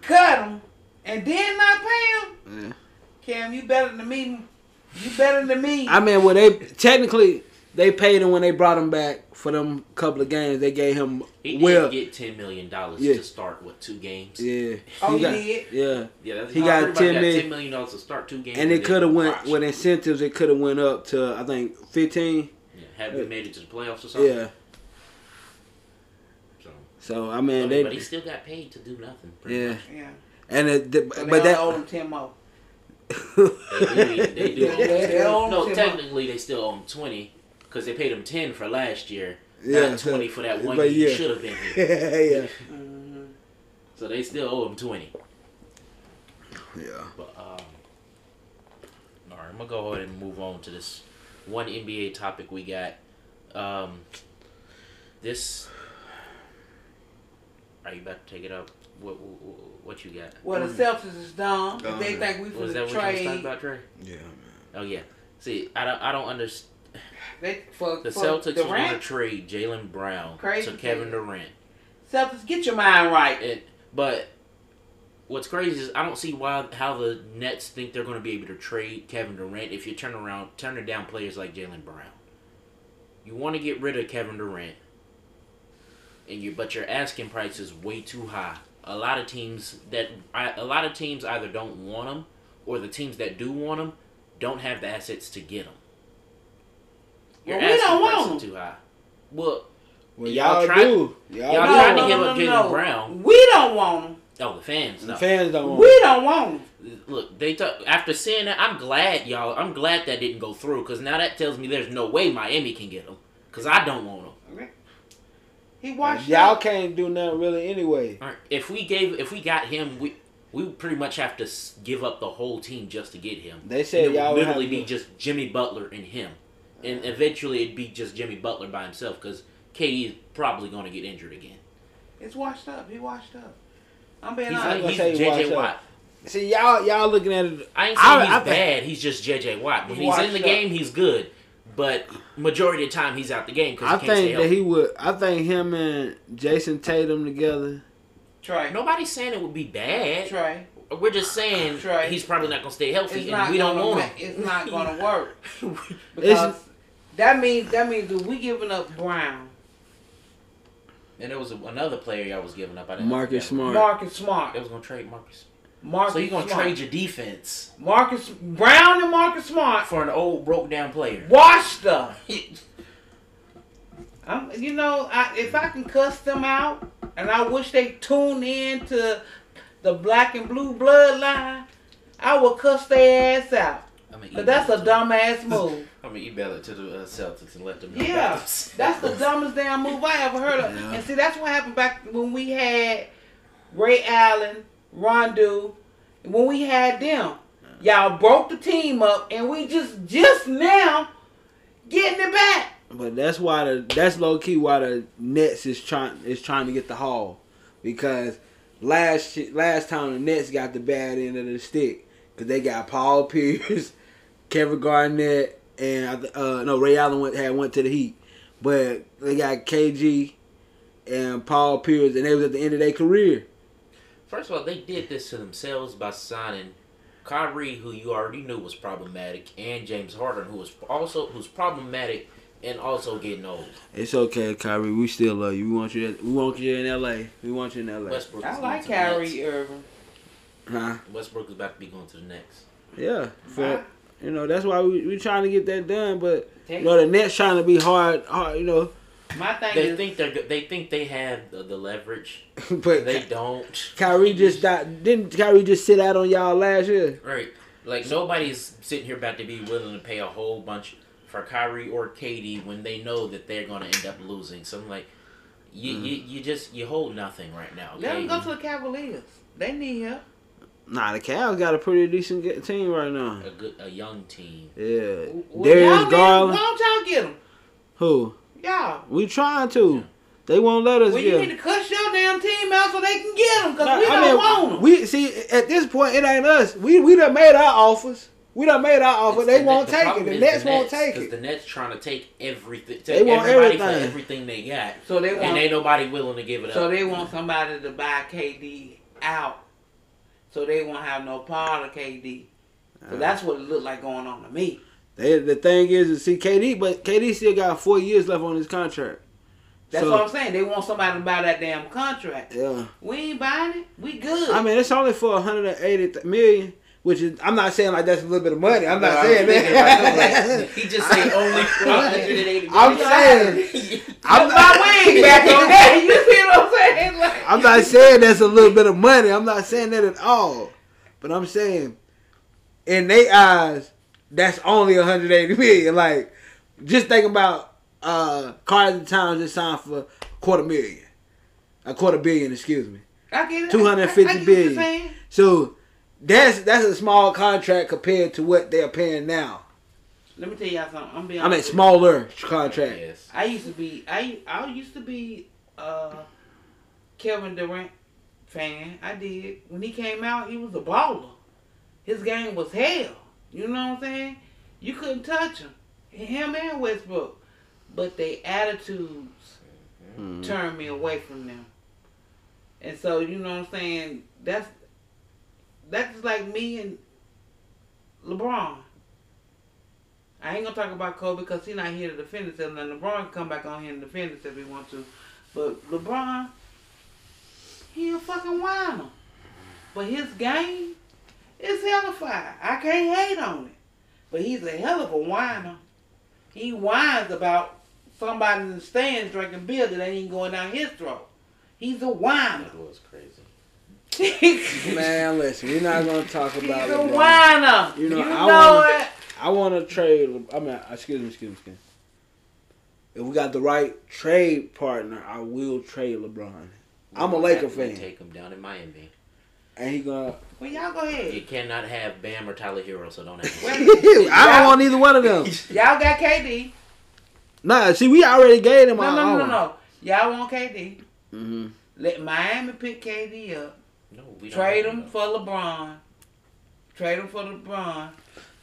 E: cut him, and then not pay him? Cam, you better than me. You better than me.
D: I mean, well, they technically they paid him when they brought him back for them couple of games. They gave him
C: He did
D: well,
C: get ten million dollars
D: Yeah.
C: to start what two games.
D: yeah.
E: Oh, he
D: got-
E: did?
D: Yeah.
C: Yeah, that's,
D: He
C: I
D: got
C: heard about
D: 10
C: that,
D: million.
C: $10 million dollars to start two games,
D: And it
C: then
D: could have went
C: watch.
D: with incentives. It could have went up to I think fifteen.
C: Yeah, have we made it to the playoffs or something?
D: Yeah.
C: So,
D: So I mean,
C: but he
D: they
C: still got paid to do nothing. pretty
D: yeah.
E: Yeah.
D: And it, the,
E: So
D: but
E: but they
D: that
E: owe him 10 more.
C: They do. They do.
E: They owe him
C: no,
E: 10
C: technically they still owe him twenty because they paid him ten for last year,
D: Yeah,
C: not twenty for that one
D: but
C: year
D: yeah.
C: he should have been here.
D: yeah,
C: Mm-hmm. So they still owe him twenty.
D: yeah.
C: But um, all right, I'm gonna go ahead and move on to this one NBA topic we got. Um, this. Are you about to take it up? What what, what you got?
E: Well,
D: Mm.
E: the Celtics is dumb. If they
D: Dumb.
E: think we
C: Was
E: for
C: that
E: the
C: what you was talking
E: trade.
C: about, Trey?
D: Yeah, man.
C: Oh yeah. See, I don't I don't understand.
E: They for
C: The
E: for
C: Celtics want to
E: Durant.
C: trade Jalen Brown
E: Crazy
C: to Kevin
E: thing.
C: Durant,
E: Celtics, get your mind right.
C: and but what's crazy is I don't see why how the Nets think they're going to be able to trade Kevin Durant if you turn around turning down players like Jalen Brown. You want to get rid of Kevin Durant, and you but your asking price is way too high. A lot of teams that I, a lot of teams either don't want him, or the teams that do want him don't have the assets to get him. Your
E: Well, we
C: asking
E: don't
C: price
E: want
C: is
E: him.
C: too high. Well,
D: Well,
C: Y'all
D: y'all,
C: tried-
D: do. Y'all,
C: y'all
D: do.
C: tried to give up Jalen Brown.
E: We don't want him.
C: oh, the fans.
D: The
C: no.
D: fans don't.
E: We
D: want
E: don't want him.
C: Look, they talk, after seeing that, I'm glad y'all. I'm glad that didn't go through because now that tells me there's no way Miami can get him because I don't want him.
E: He
D: it.
E: watched
D: Mm. Y'all can't do nothing really anyway.
C: All right, If we gave, if we got him, we we would pretty much have to s- give up the whole team just to get him.
D: They said
C: And it would
D: y'all would
C: literally
D: have
C: be
D: to-
C: just Jimmy Butler and him, and eventually it'd be just Jimmy Butler by himself because KD is probably going to get injured again.
E: It's washed up. He washed up. I'm being
C: He's,
E: honest.
D: gonna
C: he's
D: tell you watch
C: JJ
D: out.
C: Watt.
D: See, y'all y'all looking at it.
C: I ain't
D: I-
C: saying he's
D: I think-
C: bad. he's just JJ Watt. When he's
E: Washed
C: in the
E: up.
C: game, he's good. But majority of the time, he's out the game because
D: I
C: he can't stay
D: think that
C: healthy.
D: he would. I think him and Jason Tatum together.
E: Trey.
C: Nobody's saying it would be bad.
E: Trey.
C: We're just saying
E: Right.
C: he's probably not going to stay healthy,
E: It's
C: and
E: not
C: we don't
E: gonna
C: want
E: ma-
C: him.
E: It's not gonna work. Because
D: It's-
E: that means that means that we giving up Brown,
C: and there was a, another player y'all was giving up. I didn't
D: Marcus
C: know.
D: Smart.
E: Marcus Smart,
C: They was going to trade Marcus.
E: Marcus
C: So you're going to
E: Smart.
C: trade your defense
E: Marcus Brown and Marcus Smart
C: for an old, broke down player.
E: washed up. I'm, you know, I, if I can cuss them out, and I wish they tune in to the Black and Blue Bloodline, I will cuss their ass out.
C: I mean,
E: Cause that's a dumbass move.
C: I mean, email it to the uh, Celtics and let them know.
E: Yeah,
C: about this.
E: that's the dumbest damn move I ever heard of.
D: Yeah.
E: And see, that's what happened back when we had Ray Allen, Rondo, when we had them. Y'all broke the team up, and we just just now getting it back.
D: But that's why the that's low key why the Nets is trying is trying to get the haul because last shi- last time the Nets got the bad end of the stick because they got Paul Pierce, Kevin Garnett, and I th- uh, no Ray Allen went, had went to the Heat, but they got KG and Paul Pierce, and they was at the end of their career.
C: First of all, they did this to themselves by signing Kyrie, who you already knew was problematic, and James Harden, who was also who's problematic and also getting old.
D: It's okay, Kyrie. We still love you. We want you. We want you in L.A. We want you in L.A.
C: Westbrook.
E: I
C: is
E: like
C: going to the
E: Kyrie Irving.
D: Huh?
C: Nets. Westbrook is about to be going to the next.
D: Yeah. For, you know that's why we we trying to get that done, but.
E: They-
D: You know, the Nets trying to be hard, hard, you know,
E: My thing
C: They
E: is,
C: think they're go- they think they have the, the leverage.
D: but
C: They don't.
D: Kyrie just died. Didn't Kyrie just sit out on y'all last year?
C: Right. Like nobody's sitting here about to be willing to pay a whole bunch for Kyrie or Katie when they know that they're going to end up losing. So I'm like, You,
D: Mm-hmm.
C: you you just you hold nothing right now.
E: Let
C: okay?
E: them go to the Cavaliers. They need help.
D: Nah, the Cavs got a pretty decent ge- team right now.
C: a good a young team.
D: Yeah,
E: Well, y'all
D: Darius
E: get-
D: Garland.
E: Why don't y'all get them?
D: Who?
E: Y'all.
D: We trying to. They won't let us
E: Well,
D: get.
E: you need to cut your damn team out so they can get them because we
D: I
E: don't
D: mean,
E: want them.
D: We see at this point it ain't us. We we done made our offers. We done made our offer.
C: It's
D: They
C: the-
D: won't
C: the
D: take it.
C: problem
D: The
C: is
D: Nets won't
C: 'cause
D: take it.
C: The Nets trying to take everything. Take
D: They want
C: everybody
D: everything.
C: for everything they got.
E: So they
C: and
E: want-
C: ain't nobody willing to give it
D: uh,
E: So
C: up.
E: they want somebody to buy KD out. So they won't have no part of KD. So that's what it looked like going on to me.
D: They, the thing is, is see KD, but KD still got four years left on his contract.
E: That's
D: So-
E: what I'm saying. They want somebody to buy that damn contract.
D: Yeah,
E: We ain't buying it. We good.
D: I mean it's only for 180 million, which is I'm not saying like that's a little bit of money. I'm not saying that.
C: he just said only 180
D: I'm saying I'm
E: Put my wing back on that. You see what I'm saying? Like,
D: I'm not saying that's a little bit of money. I'm not saying that at all. But I'm saying, in their eyes, that's only 180 million. Like, just think about uh Carson Towns just signed for a quarter million, a quarter billion, excuse me,
E: I get it.
D: two hundred
E: I- I
D: fifty
E: get what you're
D: billion.
E: saying.
D: So that's that's a small contract compared to what they're paying now.
E: Let me tell y'all something. I'm being.
D: I mean,
E: honest with you.
D: smaller contract.
C: Yes.
E: I used to be I I used to be uh Kevin Durant fan. I did. When he came out, he was a baller. His game was hell. You know what I'm saying? You couldn't touch him. Him and Westbrook. But they attitudes turned me away from them. And so, you know what I'm saying? That's that's like me and LeBron. I ain't gonna talk about Kobe because he's not here to defend himself. Now LeBron can come back on here and defend himself if he wants to, but LeBron, he a fucking whiner. But his game is hellified. I can't hate on it, but he's a hell of a whiner. He whines about somebody in the stands drinking beer that ain't even going down his throat. He's a whiner.
C: That was crazy.
E: he's
D: Man, listen, we're not gonna talk
E: a
D: about it. man.
E: whiner.
D: You
E: You
D: know,
E: know,
D: I wanna-
E: it.
D: I want to trade. I mean, uh, excuse me, excuse me, excuse me. If we got the right trade partner, I will trade LeBron, I'm a Laker
C: They
D: fan.
C: Take him down in Miami.
D: and he gonna.
E: Well, y'all go ahead.
C: You cannot have Bam or Tyler Hero, so don't have.
E: Well,
C: him.
D: I don't want either one of them.
E: Y'all got KD.
D: Nah, see, we already gave him
E: No,
D: our
E: no, no,
D: own.
E: no. Y'all want KD.
D: Mm-hmm.
E: Let Miami pick KD up.
C: No, we don't
E: Trade
C: have
E: him for LeBron. Trade him for LeBron.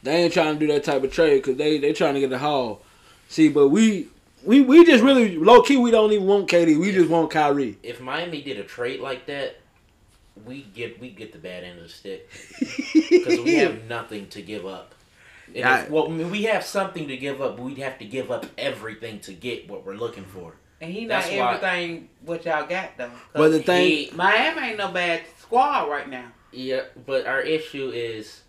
D: They ain't trying to do that type of trade because they they trying to get the haul. See, but we we we just really low key. We don't even want KD. We just want Kyrie.
C: If Miami did a trade like that, we get we get the bad end of the stick because we have nothing to give up. And if-
D: Yeah.
C: well, I mean, we have something to give up, but we'd have to give up everything to get what we're looking for.
E: And he not
C: That's why-
E: everything what y'all got though. 'Cause
D: But the thing,
C: He-
E: Miami ain't no bad squad right now.
C: Yeah, but our issue is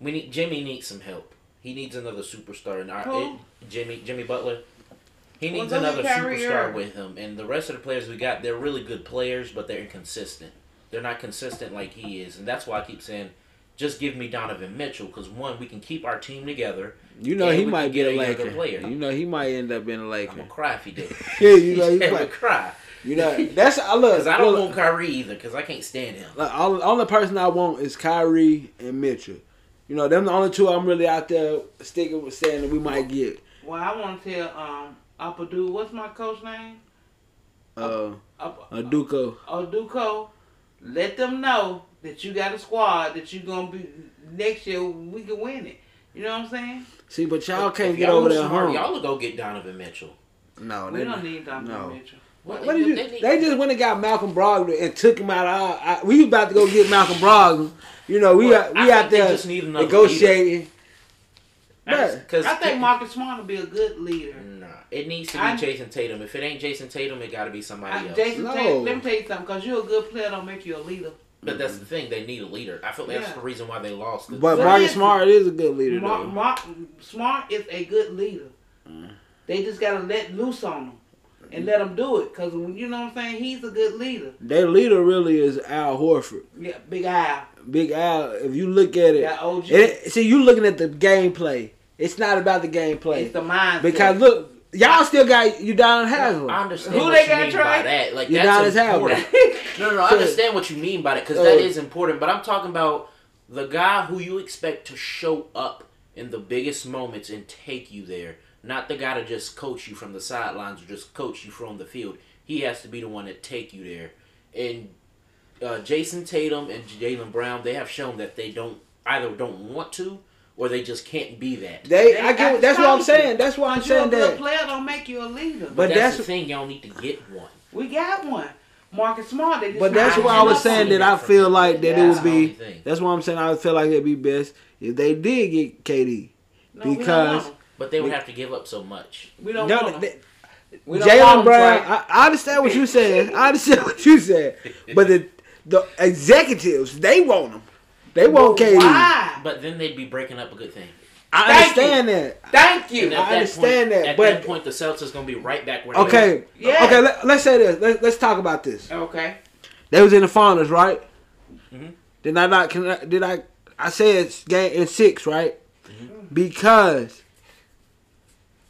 C: we need Jimmy needs some help. He needs another superstar, and our
E: Who?
C: it- Jimmy Jimmy Butler. He
E: Well,
C: needs
E: go get
C: another
E: Kyrie
C: superstar
E: Irving.
C: with him, and the rest of the players we got, they're really good players, but they're inconsistent. They're not consistent like he is, and that's why I keep saying, just give me Donovan Mitchell, because one, we can keep our team together.
D: you know,
C: and
D: he
C: we
D: might
C: can
D: get a
C: another
D: Laker.
C: player.
D: You know, he might end up being a
C: I'm
D: Laker.
C: gonna cry if he did.
D: Yeah, you know, he's
C: I'm gonna
D: like-
C: cry
D: You know, that's I love.
C: because I don't
D: look,
C: want Kyrie either, because I can't stand him.
D: Like all, only person I want is Kyrie and Mitchell. You know, them the only two I'm really out there sticking with saying that we might get.
E: Well, I want to tell um Apadu, what's my coach name?
D: Uh,
E: Up,
D: a Duco.
E: Oduko. Let them know that you got a squad that you gonna be next year. We can win it. You know what I'm saying?
D: See, but y'all
C: If
D: can't get over
C: was
D: there
C: smart,
D: home.
C: Y'all would go get Donovan Mitchell.
D: No,
E: We
D: Oh, they
E: don't need Donovan
D: no.
E: Mitchell.
D: What did you?
C: they need-
D: They just went and got Malcolm Brogdon and took him out of. Our, I, we was about to go get Malcolm Brogdon. You know, we
C: Well,
D: out-
C: I
D: we out
C: think they
D: there
C: just need another
D: negotiating. But
C: Because
E: I think Marcus Smart will be a good leader.
C: Nah, it needs to be
E: I-
C: Jason Tatum. If it ain't Jason Tatum, it got to be somebody
E: I,
C: else.
E: Jason,
D: No.
E: Tatum, let me tell you something. Cause you're a good player, don't make you a leader.
C: but that's the thing; they need a leader. I feel like that's
E: Yeah.
C: the reason why they lost. it.
D: but
E: But
D: Marcus
E: listen,
D: Smart is a good leader.
E: Mar-
D: though.
E: Mar- Smart is a good leader.
D: Mm-hmm.
E: They just gotta let loose on him and let him do it. Cause when you know what I'm saying, he's a good leader.
D: Their leader really is Al Horford.
E: Yeah, Big Al,
D: Big Al. If you look at it,
E: that OG.
D: It, see, you looking at the gameplay. It's not about the gameplay
E: it's the mindset.
D: because look, Y'all still got you down Hazard.
C: I understand
E: Who
C: what
E: they
C: you
E: got
C: mean by
E: tried?
C: that. Like
D: You're not
C: that's
D: as happy.
C: important. no, no, no, I
D: So-
C: understand what you mean by that because
D: Oh.
C: that is important. But I'm talking about the guy who you expect to show up in the biggest moments and take you there, not the guy to just coach you from the sidelines or just coach you from the field. He has to be the one to take you there. And uh, Jason Tatum and Jalen Brown, they have shown that they don't either don't want to or they just can't be that.
D: They,
E: They
D: I
E: got
D: get. That's what I'm
E: talented.
D: saying. That's why I'm
E: But you a
D: saying
E: good
D: that.
E: player don't make you a leader.
D: But
C: But
D: that's-
C: that's, the thing, y'all need to get one.
E: we got one. Marcus Smart. they just
D: But that's
E: not
D: why I was
E: enough of
D: saying
E: him.
D: that I feel like that it
E: Yeah.
D: would be.
C: That's the only thing.
D: That's why I'm saying I would feel like it'd be best if they did get KD
E: No, we don't
D: because-
E: want 'em.
C: But they would have to give up so much.
E: we don't
D: No,
E: want 'em.
D: th-
E: We don't want
D: Jalen
E: 'em,
D: Brown.
E: Trey.
D: I, I understand what you said. I understand what you said. But the the executives they want them. They want
E: But
D: KD.
E: Why?
C: But then they'd be breaking up a good thing.
D: I
E: Thank
D: understand that.
E: Thank
C: And
E: you.
C: at
D: I
C: that
D: understand
C: point,
D: that,
C: At
D: but-
C: that point, the Celtics gonna be right back where. they were.
D: Okay.
E: Yeah.
D: Okay. Let, us say this. Let, let's talk about this.
E: Okay.
D: They was in the finals, right?
C: Mhm.
D: Did I not? Can I, did I? I said it's game in six, right?
C: Mm-hmm.
D: Because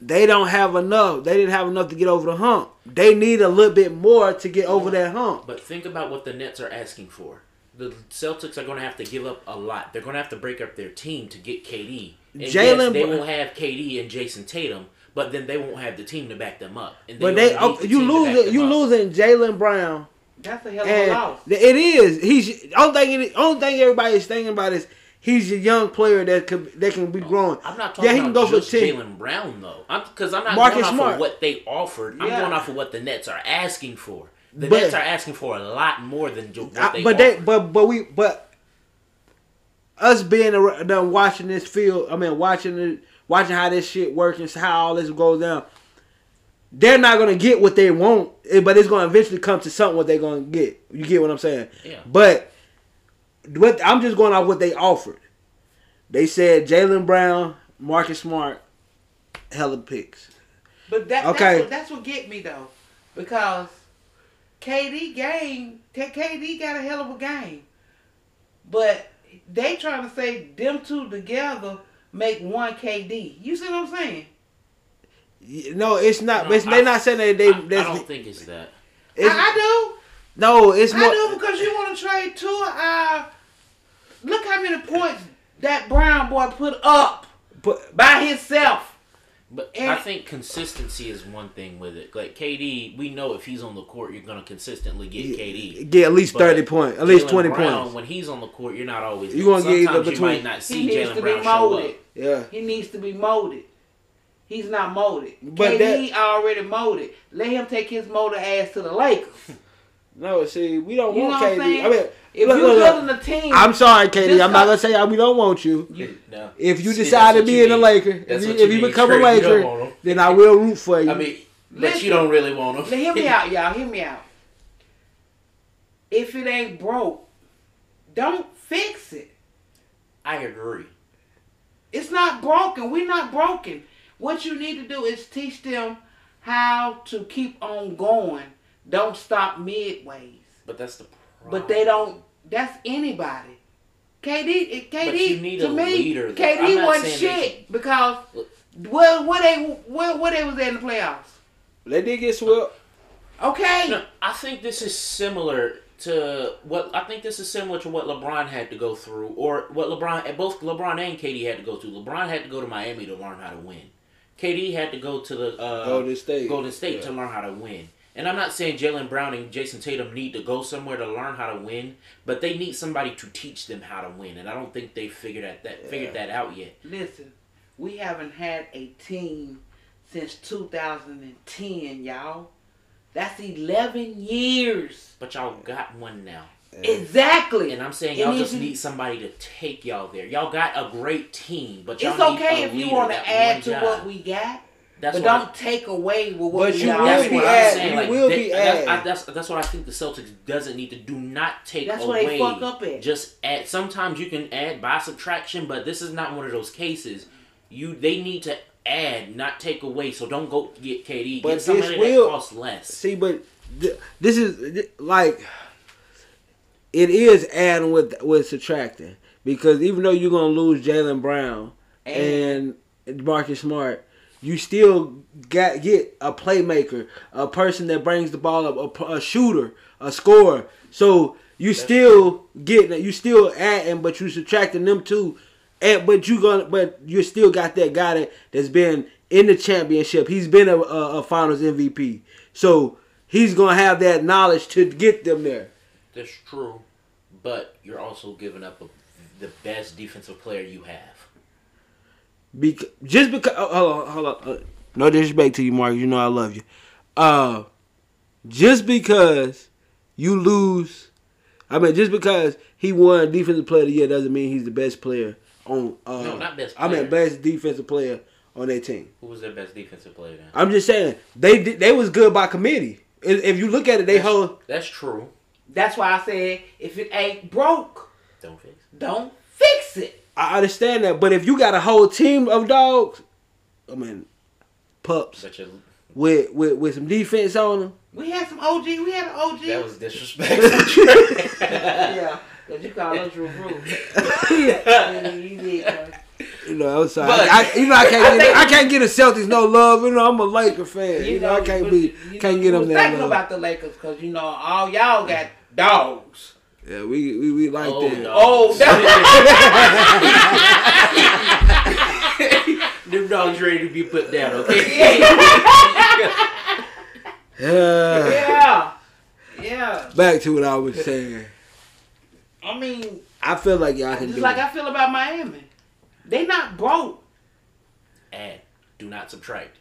D: they don't have enough. They didn't have enough to get over the hump. They need a little bit more to get over that hump.
C: But think about what the Nets are asking for. The Celtics are gonna have to give up a lot. They're gonna have to break up their team to get KD. And yes,
D: Jalen
C: they
D: Br-
C: won't have KD and Jason Tatum, but then they won't have the team to back them up. And
D: But they,
C: only need
D: oh,
C: the
D: you
C: team to back
D: losing,
C: them
D: you
C: up.
D: losing Jalen Brown,
E: That's a hell of a
D: and
E: loss.
D: th- it is. He's only thing. it- Only thing everybody is thinking about is he's a young player that could that can be growing.
C: Oh, I'm not talking
D: yeah, he can
C: about
D: go
C: just
D: for ten.
C: Jalen Brown though, because I'm, not
D: Marcus
C: going off
D: Smart.
C: of what they offered. I'm
E: Yeah.
C: going off of what the Nets are asking for. The
D: But-
C: Nets are asking for a lot more than ju- what
D: I-
C: they.
D: but they,
C: offered.
D: but but we, but us being around, done watching this field, I mean, watching it, watching how this shit works and how all this goes down. They're not gonna get what they want, eh, but it's gonna eventually come to something what they're gonna get. You get what I'm saying?
C: Yeah.
D: But what I'm just going off what they offered. They said Jalen Brown, Marcus Smart, hella picks.
E: But that,
D: Okay.
E: that's, what, that's what get me though, because KD game, K- KD got a hell of a game, but they trying to say them two together make one KD. You see what I'm saying?
D: Y- No, it's not.
C: No,
D: it's,
C: I-
D: they're not saying that they.
C: I, I
D: that's,
C: don't think it's
E: I,
C: that.
D: it's,
E: I
D: no, it's
E: do,
D: more.
E: I do because you want to trade two of our. Look how many points that Brown boy put up
D: but-
E: by himself.
C: But
E: And-
C: I think consistency is one thing with it. Like KD, we know if he's on the court, you're going to consistently get KD.
D: Get at least
C: But
D: thirty points, at least
C: Jaylen
D: twenty
C: Brown,
D: points.
C: When he's on the court, you're not always.
D: You gonna get either
C: Sometimes you
D: between-
C: might not
E: He
C: see
E: needs to
C: Jalen Brown
E: be
C: show up.
E: molded.
D: Yeah,
E: He needs to be molded. He's not molded.
D: But
E: KD already molded. Let him take his molded ass to the Lakers.
D: no. See, we don't
E: You know
D: want
E: what I'm
D: KD.
E: saying?
D: I mean,
E: If
D: look,
E: you're
D: look, look.
E: building a team,
D: I'm sorry, KD.
E: Just
D: I'm not
E: go-
D: gonna say I, we don't want you.
C: No.
D: If you
C: See, that's
D: decide to
C: what
D: be
C: you
D: in the
C: need.
D: Laker, if
C: That's
D: you,
C: what you
D: if you
C: need,
D: become a
C: Trey. You don't want
D: Laker,
C: 'em.
D: then I will root for you.
C: I mean, but
E: Listen.
C: you don't really want
E: now
C: him.
E: hear me out, y'all. Hear me out. If it ain't broke, don't fix it.
C: I agree.
E: It's not broken. We're not broken. What you need to do is teach them how to keep on going. Don't stop midways.
C: But that's the problem.
E: But they don't. That's anybody. KD, KD
C: But you need
E: to
C: a
E: me,
C: leader, though. I'm
E: KD
C: not
E: wasn't
C: saying
E: shit because well, what they what what they was at in the playoffs.
D: they did get swept.
E: Okay,
C: No, I think this is similar to what I think this is similar to what LeBron had to go through, or what LeBron and both LeBron and KD had to go through. LeBron had to go to Miami to learn how to win. KD had to go to the uh,
D: Golden State.
C: Golden State
D: Yeah.
C: to learn how to win. And I'm not saying Jalen Brown and Jason Tatum need to go somewhere to learn how to win, but they need somebody to teach them how to win, and I don't think they figured that, that figured that out yet.
E: listen, we haven't had a team since 2010, y'all. That's 11 years
C: But y'all got one now.
E: exactly.
C: And I'm saying
E: It
C: y'all
E: needs
C: just
E: to-
C: need somebody to take y'all there. Y'all got a great team, but y'all
E: It's
C: need
E: okay
C: a
E: if you
C: leader,
E: want
C: that
E: to add
C: one
E: to
C: job.
E: what we got,
C: That's
E: but
C: what I-
E: don't take away with what
D: But
E: we
D: you
E: got.
D: will
C: That's
D: be
C: what
D: adding.
C: I'm saying.
D: You
C: like,
D: will
C: they-
D: be
C: that's, I,
D: adding.
C: that's that's what I think the Celtics doesn't need to do. Not take
E: That's where
C: away.
E: they fuck up at.
C: Just add. Sometimes you can add by subtraction, but this is not one of those cases. You they need to add, not take away. So don't go get KD.
D: But
C: get
D: this
C: somebody
D: will-
C: that costs less.
D: See, but th- this is th- like it is adding with with subtracting because even though you're gonna lose Jalen Brown and Marcus Smart, you still got get a playmaker, a person that brings the ball up, a, a shooter, a scorer. So you still get that. You still adding, but you subtracting them too. And but you gonna but you still got that guy that, that's been in the championship. He's been a, a, a Finals MVP. So he's gonna have that knowledge to get them there.
C: That's true, but you're also giving up a, the best defensive player you have.
D: Because just because oh, hold on, hold on. Uh, no disrespect to you, Mark. You know I love you. Uh, just because you lose, I mean, just because he won defensive player of the year doesn't mean he's the best player on. Uh,
C: No, not best
D: I mean,
C: player.
D: best defensive player on their team.
C: Who was their best defensive player then?
D: I'm just saying they did- they was good by committee. If if you look at it, they hold.
C: That's true.
E: That's why I said if it ain't broke,
C: Don't fix. it.
E: don't fix it.
D: I understand that, but if you got a whole team of dogs, I mean, pups
C: But you
D: with with, with some defense on them,
E: We had some OG. We had an OG.
C: that was disrespectful.
E: yeah, because you call us recruits.
D: You know, I'm sorry.
C: But-
D: I, you know, I can't. Get, I can't get the Celtics no love. You know, I'm a Laker fan. You, know, I can't be. can't get them
E: was
D: that
E: thinking
D: love.
E: about the Lakers because you know all y'all got dogs.
D: yeah, we we, we like
C: Oh,
D: that.
C: no.
E: Oh, that
C: Them dogs ready to be put down. Okay.
D: Yeah.
E: yeah, yeah.
D: Back to what I was saying.
E: I mean,
D: I feel like y'all can
E: just
D: do.
E: like
D: it.
E: I feel about Miami, they not broke.
C: Add. Do not subtract.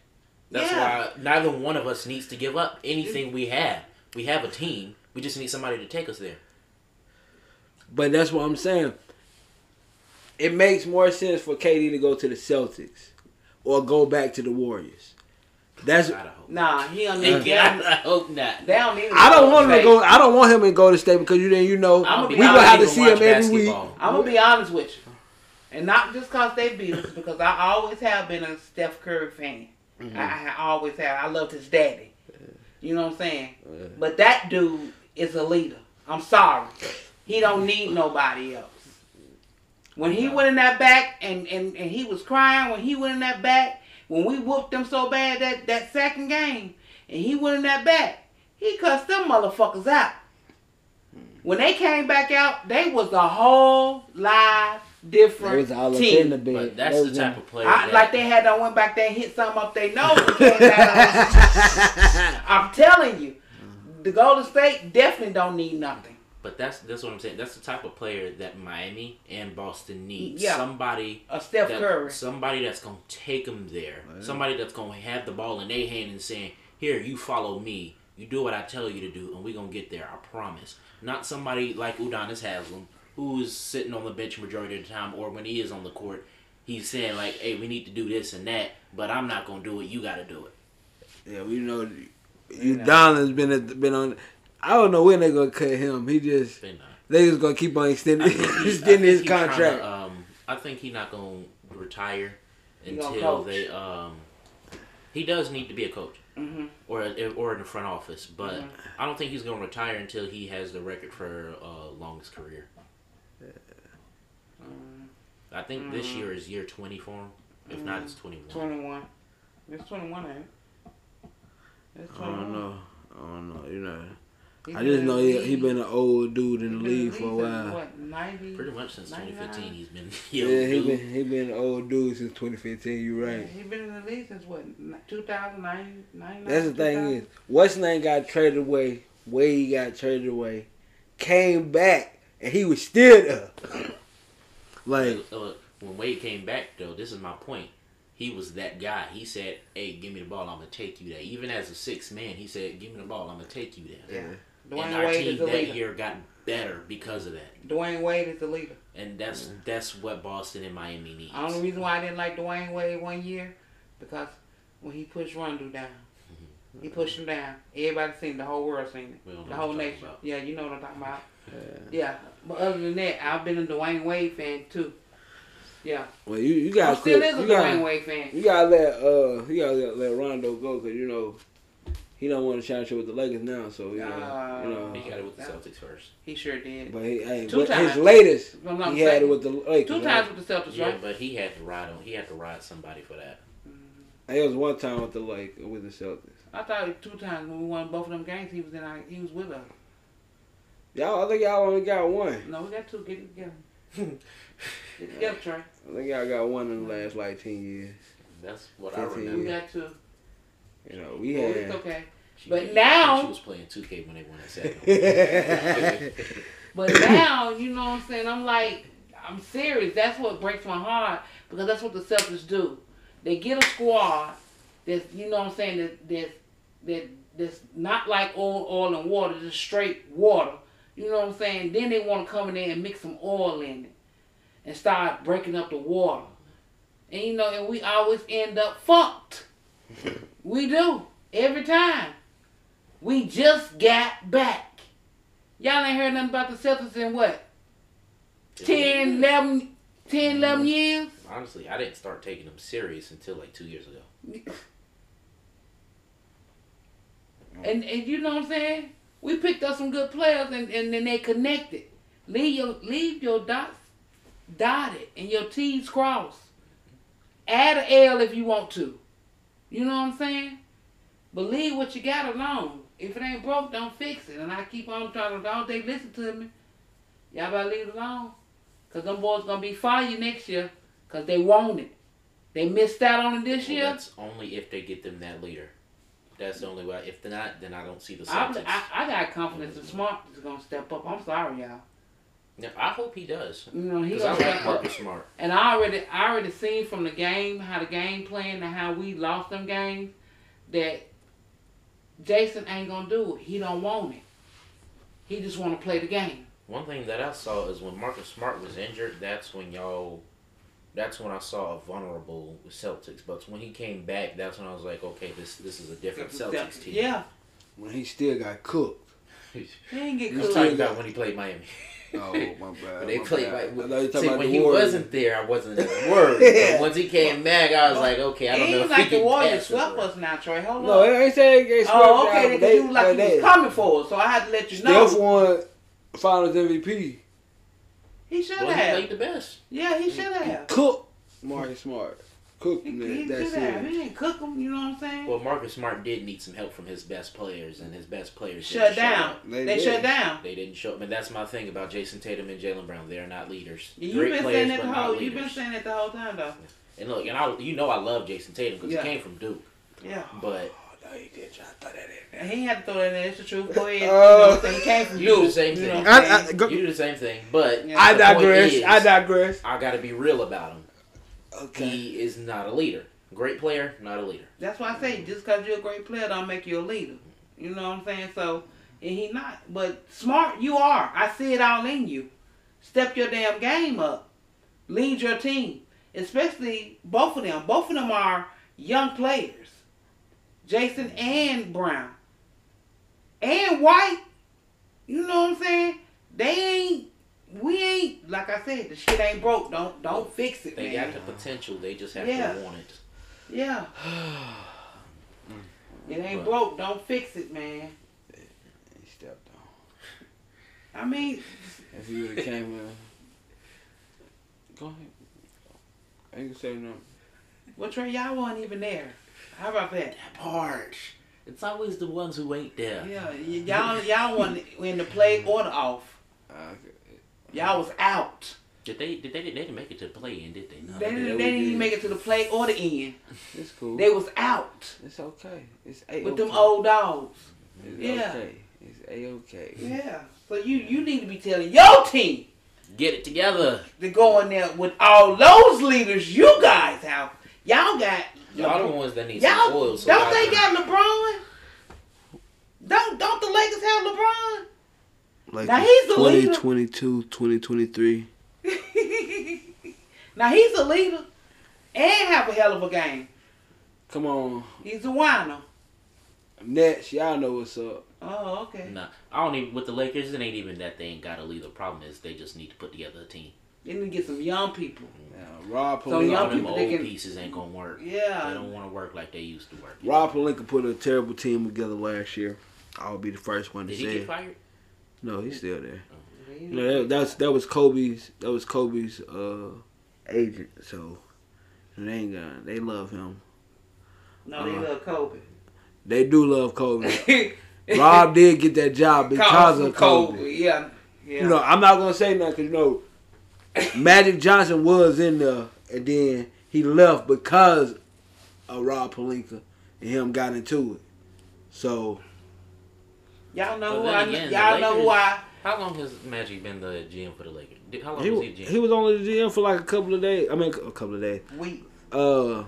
C: That's
E: Yeah.
C: why neither one of us needs to give up anything we have. We have a team. We just need somebody to take us there.
D: but that's what I'm saying. It makes more sense for KD to go to the Celtics or go back to the Warriors. That's.
C: I hope.
E: Nah, he don't need. They
C: I hope not.
E: don't need.
D: I don't want him to go. I don't want him to go to state because you then you know
C: I'ma
D: we
C: be-
D: gonna
C: I
D: have to
C: don't
D: see
C: even
D: him
C: watch
D: every week.
C: basketball.
E: I'm gonna be honest with you, and not just cause they beat us, because I always have been a Steph Curry fan. I, I always have. I loved his daddy. You know what I'm saying? But that dude is a leader. I'm sorry, he don't need nobody else. When he went in that back and, and, and he was crying when he went in that back, when we whooped them so bad that, that second game, and he went in that back, he cussed them motherfuckers out. When they came back out, they was a whole live
D: They
E: different
D: was all up in
E: team.
D: the bed.
C: But
D: They
C: that's
D: was
C: the
D: in-
C: type of player.
E: I,
C: that-
E: like they had done went back there and hit something up their nose. and came back. I'm telling you, the Golden State definitely don't need nothing.
C: But that's that's what I'm saying. That's the type of player that Miami and Boston need.
E: Yeah.
C: Somebody
E: A Steph
C: that-
E: Curry.
C: Somebody that's gonna take them there. Somebody that's gonna have the ball in their hand and saying, "Here, you follow me. You do what I tell you to do, and we gonna get there. I promise." Not somebody like Udonis Haslam, who is sitting on the bench majority of the time, or when he is on the court, he's saying like, "Hey, we need to do this and that," but I'm not gonna do it. You gotta do it.
D: Yeah, we know you Donald's been at- been on. I don't know when they're gonna cut him. He just
C: Been, uh,
D: they just gonna keep on extending
C: I
D: extending
C: think
D: his
C: he tryna,
D: contract.
C: um, I think he's not gonna retire
E: He gonna
C: until
E: coach.
C: they. Um, he does need to be a coach,
E: Mhm.
C: or or in the front office, but
E: Mm-hmm.
C: I don't think he's gonna retire until he has the record for uh, longest career.
E: Mm-hmm.
C: I think this year is year twenty for him. If not, it's twenty one.
E: 21. It's 21, ain't it? It's
D: I
E: 21.
D: don't know. I don't know. You know,
E: He's
D: I
E: Uh, been
D: just
E: in
D: know
E: the
D: he he
E: league-
D: been an old dude
E: he's
D: in the
E: been in
D: league for a
E: since,
D: while.
E: What, 90?
C: Pretty much since 2015,
E: 99?
C: he's been
D: Yeah,
C: yo,
D: he
C: dude.
D: been he been an old dude since 2015. You right.
E: He's been in the league since what, n- 2009? 99,
D: That's the thing
E: 2000?
D: is, what's name got traded away. Wade got traded away, came back, and he was still there. Like
C: Uh, when Wade came back, though, this is my point. He was that guy. He said, "Hey, give me the ball. I'm gonna take you there." Even as a six man, he said, "Give me the ball. I'm gonna take you there."
E: Yeah.
C: And
E: Dwayne
C: our
E: Wade is
C: team
E: the
C: that
E: leader.
C: year got better because of that.
E: Dwayne Wade is the leader.
C: And that's that's what Boston and Miami needs.
E: The only reason why I didn't like Dwayne Wade one year, because when he pushed Rondo down, he pushed him down. Everybody seen it, the whole world seen
C: We don't
E: it, the
C: know Mm-hmm. what
E: whole
C: you're talking
E: nation.
C: about.
E: Yeah, you know what I'm talking about. Yeah, but other than that, I've been a Dwayne Wade fan too. Yeah,
D: Well, you you
E: I
D: got
E: still is a
D: you
E: Dwayne
D: got
E: Wade fan.
D: you gotta let uh you gotta let, let Rondo go because you know he don't want to championship with the Lakers now, so you know, you
E: Uh,
C: He
D: know.
C: got it with the Celtics first.
E: He sure did.
D: But he, hey,
E: Two
D: but his
E: times.
D: latest
E: Well, no,
D: he
E: I'm
D: had
E: saying-
D: it with the Lakers.
E: Two
D: right?
E: times with the Celtics,
C: Yeah,
E: right?
C: but he had to ride on. He had to ride somebody for that.
D: It was one time with the like with the Celtics.
E: I thought two times when we won both of them games, he was in. Our, he was with us.
D: Y'all, I think y'all only got one.
E: No, we got two. Get it together. Get it together, Trey.
D: I think y'all got one in the last like ten years.
C: That's what I
D: Fifteen.
E: We
C: remember.
E: got two.
D: You know, we
E: Well, It's
D: had.
E: okay.
C: She-
E: But
C: she-
E: now-
C: she was playing 2K when they won that second.
E: But now, you know what I'm saying? I'm like, I'm serious. That's what breaks my heart because that's what the Celtics do. They get a squad that's, you know what I'm saying, that that's, that that's not like oil, oil and water, just straight water. You know what I'm saying? Then they want to come in there and mix some oil in it and start breaking up the water. And you know, and we always end up fucked. we do every time. We just got back. Y'all ain't heard nothing about the Celtics in what? 10, 11, 10, 11 years?
C: Honestly, I didn't start taking them serious until like two years ago.
E: And, and you know what I'm saying? We picked up some good players and, and then they connected. Leave your leave your dots dotted and your T's crossed. Add an L if you want to. You know what I'm saying? But leave what you got alone. If it ain't broke, don't fix it. And I keep on trying to all day listen to me. Y'all better leave it alone. Cause them boys gonna be fire next year. Cause they want it. They missed out on it this
C: Well,
E: year.
C: That's only if they get them that leader. That's the only way. If they're not, then I don't see the
E: I,
C: Celtics. I,
E: I, I got confidence that Smart is gonna step up. I'm sorry, y'all.
C: now, I hope he does.
E: You know he
C: Because
E: gonna
C: I like
E: step up.
C: Marcus Smart.
E: And I already, I already seen from the game how the game plan and how we lost them games that Jason ain't gonna do it. He don't want it. He just want to play the game.
C: One thing that I saw is when Marcus Smart was injured, that's when y'all, that's when I saw a vulnerable Celtics. But when he came back, that's when I was like, okay, this this is a different Celtics team.
E: Yeah,
D: When he still got cooked.
E: he ain't get
D: You
C: I'm
E: cooked.
C: talking about when he played Miami.
D: Oh my bad.
C: But they
D: my
C: played
D: bad.
C: like
D: I thought you were
C: see,
D: talking about
C: when
D: the
C: he
D: Warriors.
C: wasn't there, I wasn't as worried. But once he came back, I was like, okay, I don't
E: He
C: know.
E: was
C: if
E: like
C: he
E: the
C: can
E: Warriors
C: pass this
E: swept
C: way.
E: us now, Trey. Hold
D: No,
E: on.
D: it ain't saying they swept
E: Oh,
D: y'all,
E: okay.
D: but
E: Because you was like
D: but
E: he was coming for us, so I had to let you know.
D: Steph won Finals MVP.
E: he should
C: Well, he
E: have.
C: played the best.
E: Yeah, he should have.
D: Cook Marcus Smart. Cook
E: He,
D: him
E: he
D: that, that
E: should have.
D: series.
E: He didn't cook him. You know what I'm saying?
C: Well, Marcus Smart did need some help from his best players, and his best players
E: shut
C: didn't show
E: down.
C: up.
D: They
E: They
D: did.
E: shut down.
C: They didn't show up, and that's my thing about Jason Tatum and Jalen Brown. They're not leaders.
E: You've
C: Great
E: been
C: players,
E: saying that
C: but
E: the
C: not
E: whole. You've been
C: leaders.
E: saying that the whole time though.
C: And look, and I, you know, I love Jason Tatum because
E: Yeah.
C: he came from Duke,
E: Yeah.
C: but
D: Oh, no, he did. I thought that in.
E: And he had to throw that in. there. It's the truth. Go ahead. You know
D: Oh.
E: what I'm saying? He came from
C: You do the
E: Duke,
C: same
E: you know
C: thing.
E: what I'm
D: I, I,
E: saying?
D: go,
C: you do the same thing. But
E: Yeah.
D: I
C: the point
D: digress.
C: is,
D: I digress.
C: I got to be real about him.
D: Okay.
C: He is not a leader. Great player, not a leader.
E: That's why I say just because you're a great player don't make you a leader. You know what I'm saying? So and he not, but smart you are. I see it all in you. Step your damn game up. Lead your team, especially both of them. Both of them are young players, Jason and Brown, and White. You know what I'm saying? They ain't. We ain't like I said. The shit ain't broke. Don't don't fix it,
C: They
E: man.
C: got the potential. They just have
E: Yeah.
C: to want it.
E: Yeah. it ain't broke. Don't fix it, man.
D: He stepped on.
E: I mean,
D: If he would have came in. Go ahead. I ain't gonna say nothing.
E: well, Trey, y'all weren't even there. How about that?
C: Part. It's always the ones who ain't there.
E: Yeah, y- y'all y'all weren't in the play or the off.
D: Uh, okay.
E: Y'all was out.
C: Did they? Did they? They didn't make it to play in, did they? No.
E: They didn't,
D: we
E: they didn't
D: did.
E: even make it to the play or the end.
D: It's cool.
E: They was out
D: it's okay. It's a
E: with them old dogs.
D: It's
E: yeah.
D: okay. It's a okay.
E: Yeah. So you you need to be telling your team
C: Get it together.
E: to go in there with all those leaders you guys have. Y'all got
C: Y'all the ones that need
E: Y'all
C: some oil. So
E: don't they
C: y'all
E: got LeBron? Don't don't the Lakers have LeBron?
D: Like
E: Now he's the leader.
D: 2022, 2023.
E: now he's a leader and have a hell of a game.
D: Come on.
E: He's a whiner.
D: Nets, y'all know what's up.
E: Oh, okay.
C: Nah, I don't even. With the Lakers, it ain't even that they ain't got a leader. The problem is they just need to put together a team.
E: They need to get some young people.
D: Now, Rob
E: So
D: Palinka,
E: y'all
C: All them
E: people
C: old
E: that can-
C: pieces ain't gonna work. They
E: Yeah.
C: don't want to work like they used to work.
D: Rob Palinka put a terrible team together last year. I'll be the first one to
C: Did
D: say
C: he get
D: it.
C: fired?
D: No, he's still there.
E: You
D: No, that, that's that was Kobe's. That was Kobe's uh, agent. So they ain't gonna. They love him.
E: No, they love Kobe.
D: They do love Kobe. Rob did get that job because of Kobe.
E: Yeah. Yeah.
D: You know, I'm not gonna say nothing because you know, Magic Johnson was in there, and then he left because of Rob Palinka and him got into it. So
E: y'all know
C: But
E: who
C: then
E: I
C: again, the
E: y'all know who I
C: How long has Magic been the GM for the Lakers? Did- How long
D: he
C: was
D: wa-
C: he GM?
D: he was only the GM for like a couple of days. I mean, a couple of days.
E: we
D: Uh,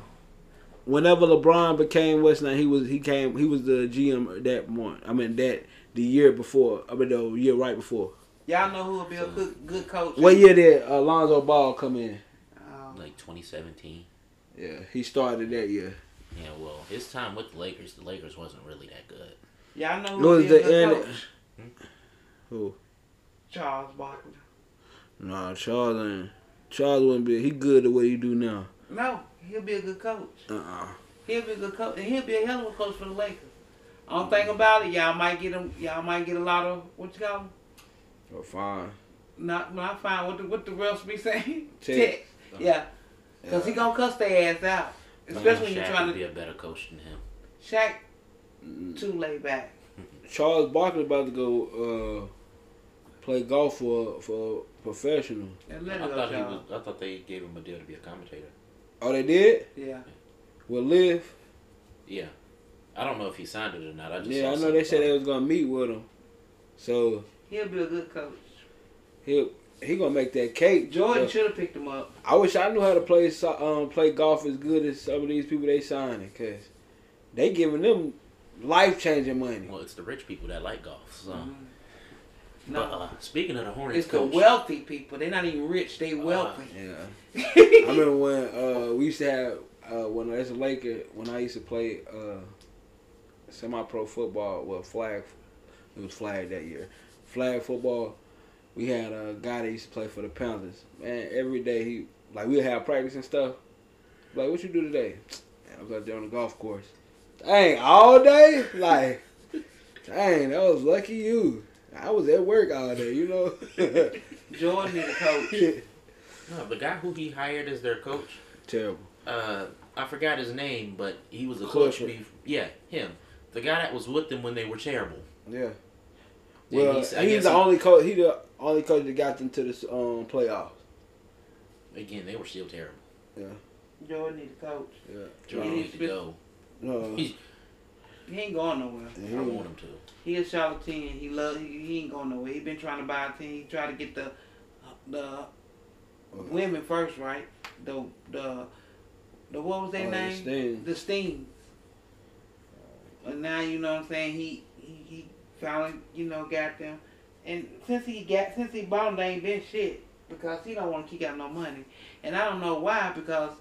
D: whenever LeBron became West, now he was he came he was the GM that one. I mean that the year before. I mean the year right before.
E: y'all know who would be a good good coach.
D: What year did Alonzo Ball come in?
E: Um,
C: like 2017.
D: Yeah, he started that year.
C: Yeah, well, his time with the Lakers, the Lakers wasn't really that good.
E: y'all know
D: What
E: who would
D: was
E: be a
D: the
E: good
D: end-
E: coach.
D: Who?
E: Charles Barkley.
D: Nah, Charles ain't. Charles wouldn't be. He good the way he do now.
E: No, he'll be a good coach.
D: Uh uh
E: He'll be a good coach, and he'll be a hell of a coach for the Lakers. Only thing about it, y'all might get him. Y'all might get a lot of what you call 'em?
D: Oh, fine.
E: not not fine. What the what the refs be saying?
D: Text.
E: Text. Yeah, because he gonna cuss their ass out, especially when
C: Shaq
E: you're trying
C: would
E: to
C: be a better coach than him.
E: Shaq too laid back.
D: Charles Barkley about to go uh, play golf for for a professional.
E: And let
C: I
E: it go,
C: thought he was,
E: Charles.
C: I thought they gave him a deal to be a commentator.
D: Oh, they did.
E: Yeah,
D: Will live.
C: Yeah, I don't know if he signed it or not. I just saw
D: Yeah, I know they
C: something
D: said they
C: about
D: was gonna meet with him. So
E: he'll be a good coach.
D: he he gonna make that cake.
E: Jordan
D: Uh,
E: should have picked him up.
D: I wish I knew how to play so- um play golf as good as some of these people they signing, cause they giving them life changing
C: it.
D: money.
C: Well, it's the rich people that like golf. So,
E: Mhm.
C: but,
E: No,
C: uh, speaking of the Hornets,
E: it's the
C: coach,
E: wealthy people. They're not even rich. They wealthy.
D: Yeah. Uh, I remember when uh, we used to have uh, when I was a Laker when I used to play uh, semi-pro football. Well, flag it was flag that year. Flag football. We had a guy that used to play for the Panthers. Man, every day he like we would have practice and stuff. Like, what you do today? Man, I was out there on the golf course. Dang, all day. Like, dang, that was lucky you. I was at work all day, you know.
E: Jordan is a coach.
C: no, the guy who he hired as their coach,
D: Terrible.
C: uh, I forgot his name, but he was a coach.
D: Clifford.
C: Before, yeah, him, the guy that was with them when they were terrible.
D: Yeah.
C: Yeah,
D: Well,
C: he's-
D: he's,
C: I guess
D: the
C: he-
D: only coach. He the only coach that got them to the um, playoffs.
C: Again, they were still terrible.
E: Jordan is a coach.
D: Yeah.
C: Jordan
E: Yeah,
C: need to
E: he's- Uh,
C: go.
D: No.
C: He-
E: He ain't going nowhere.
C: I want him to.
E: He a charlatan. He love. He, he ain't going nowhere. He been trying to buy a team. He tried to get the the women first, right? The the the what was their
D: Oh, the
E: name?
D: Stings.
E: The Stings. And now you know what I'm saying. He he, he finally you know got them. And since he got since he bought them, they ain't been shit because he don't want to keep out no money. And I don't know why because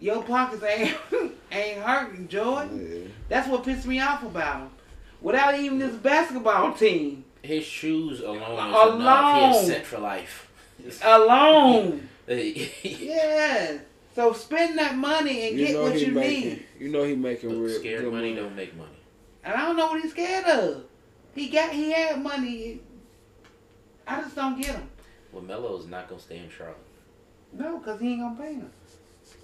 E: your pockets ain't ain't hurting, Jordan.
D: Yeah.
E: That's what pissed me off about him. Without even this basketball team
C: His shoes alone is enough. He
E: Alone.
C: is set for life.
E: alone.
C: yeah.
E: yeah. So spend that money and
D: You
E: get
D: know
E: what
D: he
E: you
D: making.
E: need.
D: You know he making
C: Look,
D: real
C: scared
D: good
C: money
D: money.
C: don't make money.
E: And I don't know what he's scared of. He got he had money. I just don't get him.
C: Well, Melo is not gonna stay in Charlotte.
E: No, because he ain't gonna pay him.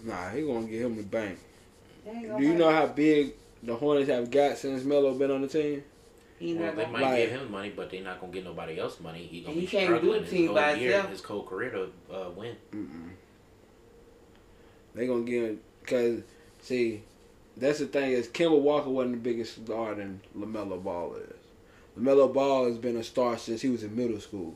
D: Nah, he gonna get him the bank.
E: He ain't gonna
D: Do you
E: pay
D: know
E: him.
D: how big the Hornets have got since Melo been on the team?
E: he
C: Well,
E: not
C: they
E: gonna
C: might
E: pay.
D: Like-
C: give him money, but they're not gonna get nobody else money. He gonna
E: He
C: be
E: can't do
C: struggling
E: the
C: his
E: team
C: whole
E: by
C: year,
E: himself.
C: his whole career to uh, win.
D: They gonna get him because see, that's the thing is Kemba Walker wasn't the biggest star than Lamelo Ball is. Lamelo Ball has been a star since he was in middle school.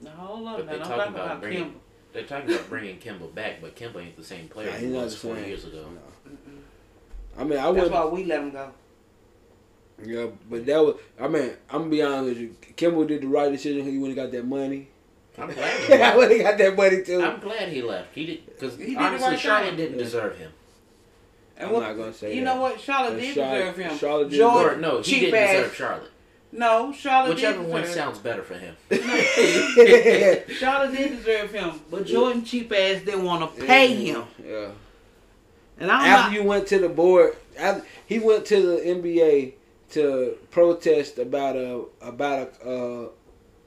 E: No, hold on.
C: But
E: now.
C: they
E: I'm
C: talking
E: talking
C: about
E: about
C: bringing-
E: Kimber.
C: They're talking about bringing Kimba back, but Kimba ain't the same player
D: Nah,
C: he
D: he's not
C: was
D: the
C: four
D: same.
C: years ago.
D: I mean, I
E: That's
D: wouldn't.
E: why we let him go.
D: Yeah, but that was. I mean, I'm gonna be honest with you. Kimball did the right decision. He wouldn't got that money.
C: I'm glad. He
D: I
C: left.
D: would have got that money too.
C: I'm glad he left. He did because
E: He did the
C: honestly,
E: right
C: Charlotte
E: thing.
C: didn't
D: Yeah.
C: deserve him.
E: And
D: I'm
E: what-
D: not gonna say
E: You
D: that.
E: know what? Charlotte
D: But
E: did
D: Charlotte-
E: deserve him.
D: Charlotte did
E: Jordan-
D: Or-
C: Or no, he
E: cheap
C: didn't
E: ass.
C: deserve Charlotte.
E: No, Charlotte
C: Whichever
E: did
C: one
E: deserve-
C: sounds better for him.
E: Charlotte did deserve him, but Jordan cheap ass didn't want to pay him.
D: Yeah.
E: And I'm
D: After
E: not.
D: you went to the board, after, he went to the NBA to protest about a about a uh,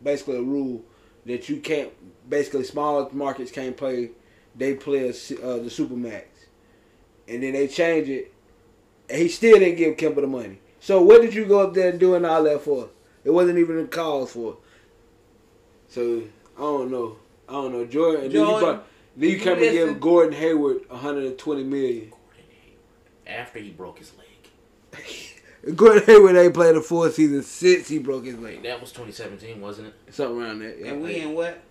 D: basically a rule that you can't basically small markets can't play. They play a, su- uh, the supermax, and then they change it, and he still didn't give Kemba the money. So what did you go up there and doing all that for? It wasn't even a cause for. So I don't know. I don't know. Jordan. and then you,
E: Jordan,
D: brought, then you
E: you
D: came and
E: listen.
D: gave Gordon Hayward 120 million.
C: Gordon Hayward. After he broke his leg.
D: Gordon Hayward ain't played a full season since he broke his leg.
C: That was 2017, wasn't it?
D: Something around that. Yeah.
E: And we in what?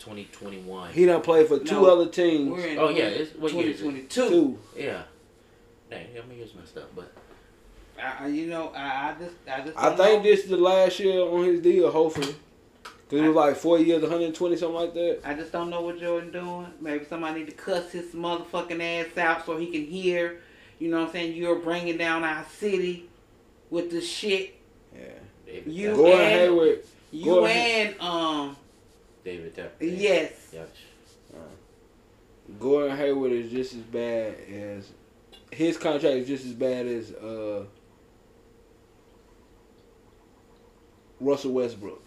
C: 2021.
D: He done played for two
E: No.
D: other teams.
E: We're in
C: Oh, yeah, it's- what year is it?
E: 2022.
D: two.
C: yeah. Dang, I mean, he was messed up, but
E: I, I- you know, I, I just, I just.
D: I
E: don't
D: think
E: know.
D: this is the last year on his deal, hopefully. Cause it was like four years, 120, something like that.
E: I just don't know what Jordan doing. Maybe somebody need to cuss his motherfucking ass out so he can hear. You know what I'm saying? You're bringing down our city with this shit.
D: Yeah.
C: David
E: You-
C: Tepper-
D: Gordon
E: and-
D: Hayward.
E: You
D: Go ahead.
E: and um,
C: David Tepper.
E: yes,
C: Yikes.
D: Gordon Hayward is just as bad as his contract is just as bad as uh, Russell Westbrook's.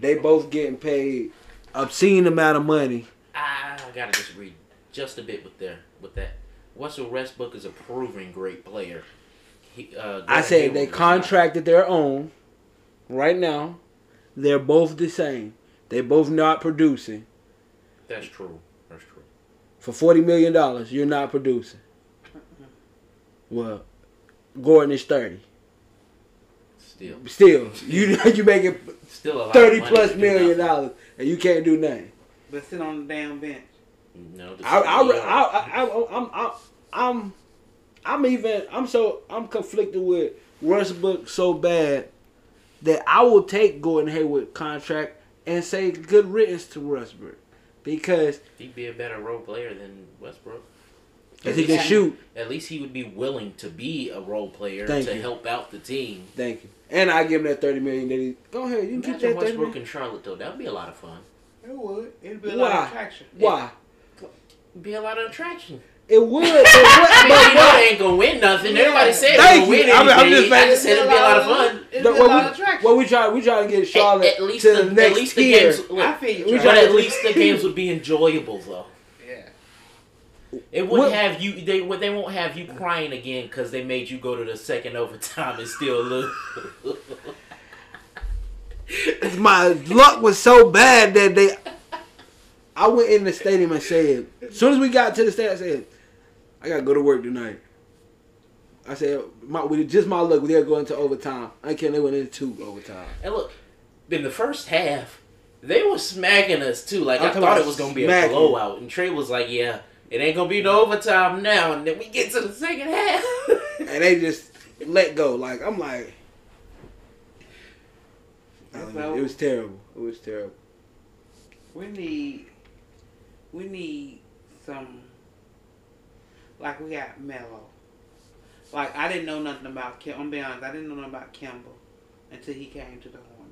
D: They both getting paid obscene amount of money.
C: I gotta disagree just a bit with there with that. Russell Westbrook is a proven great player. He, uh,
D: I
C: Gordon
D: said
C: Hayward
D: they
C: is not.
D: contracted their own right now. They're both the same. They both not producing.
C: That's true. That's true.
D: For forty million dollars, you're not producing. Well, Gordon is thirty.
C: Still,
D: Still, you you making
C: still a lot
D: thirty
C: of money
D: plus
C: to do
D: million
C: nothing.
D: dollars, and you can't do nothing.
E: but sit on the damn bench.
C: No, the E
D: I, I,
C: CEO.
D: I, I, I, I'm, I'm, I'm, I'm even, I'm so, I'm conflicted with Westbrook so bad that I will take Gordon Hayward contract and say good riddance to Westbrook because
C: he'd be a better role player than Westbrook.
D: if he can shoot,
C: At least he would be willing to be a role player
D: Thank
C: to
D: you.
C: help out the team.
D: thank you. And I give him that thirty million. That he go ahead, you can keep
C: Imagine
D: that thirty
C: Westbrook
D: million.
C: in Charlotte though. That'd be a lot of fun.
E: It would. It'd be a lot of
D: Why?
E: attraction.
D: Why?
C: Be a lot of attraction.
D: It would. It would but,
C: I mean, you know
D: but-
C: they ain't gonna win nothing. Everybody said
D: Thank
C: they gonna
D: you.
C: win
D: I mean,
C: anything.
D: I'm
C: I,
D: just
C: just
D: saying-
C: said it'd be a lot of fun.
E: It'd
D: Well,
E: be a lot of
D: we,
E: attraction.
D: well, we try, we try to get Charlotte
C: At, at least
D: to
C: the,
D: the, next
C: at least the
D: year.
C: games. Look,
E: I feel
D: we
E: you.
C: But
D: try-
C: at least the games would be enjoyable though.
E: yeah.
C: It wouldn't
D: What-
C: have you. They would. They won't have you crying again because they made you go to the second overtime and still lose.
D: my luck was so bad that they I went in the stadium and said, as soon as we got to the stadium, I said, I gotta go to work tonight. I said, my, with just my luck, they're going to overtime. I can't. They went into two overtime.
C: and look, in the first half, they were smacking us too. Like
D: I'm
C: i
D: talking
C: thought
D: about
C: it was gonna be a
D: smacking.
C: blowout, and Trey was like, "Yeah, it ain't gonna be no overtime now." And then we get to the second half.
D: And they just let go. Like I'm like, I don't know. it was terrible. It was terrible.
E: We need, we need some, like we got Mello. Like I didn't know nothing about Kim. I'm being honest, I didn't know nothing about Kimball until he came to the Hornets.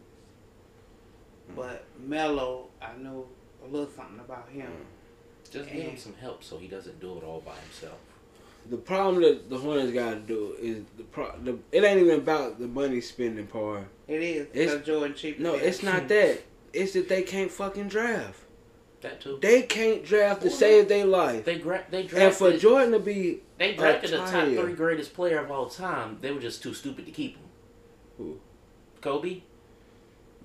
D: Hmm.
E: But Mello, I knew a little something about him.
D: Hmm.
C: Just give him some help so he doesn't do it all by himself.
D: The problem that the Hornets got to do is the, pro, the it ain't even about the money spending part.
E: It is
D: It's-
E: because Jordan cheap.
D: No, it's not that. It's that they can't fucking draft.
C: That too.
D: They can't draft to save their life.
C: They gra- they
D: And for
C: drafted.
D: Jordan to be
C: They drafted the top
D: Atire.
C: three greatest player of all time. They were just too stupid to keep him.
D: Who?
C: Kobe.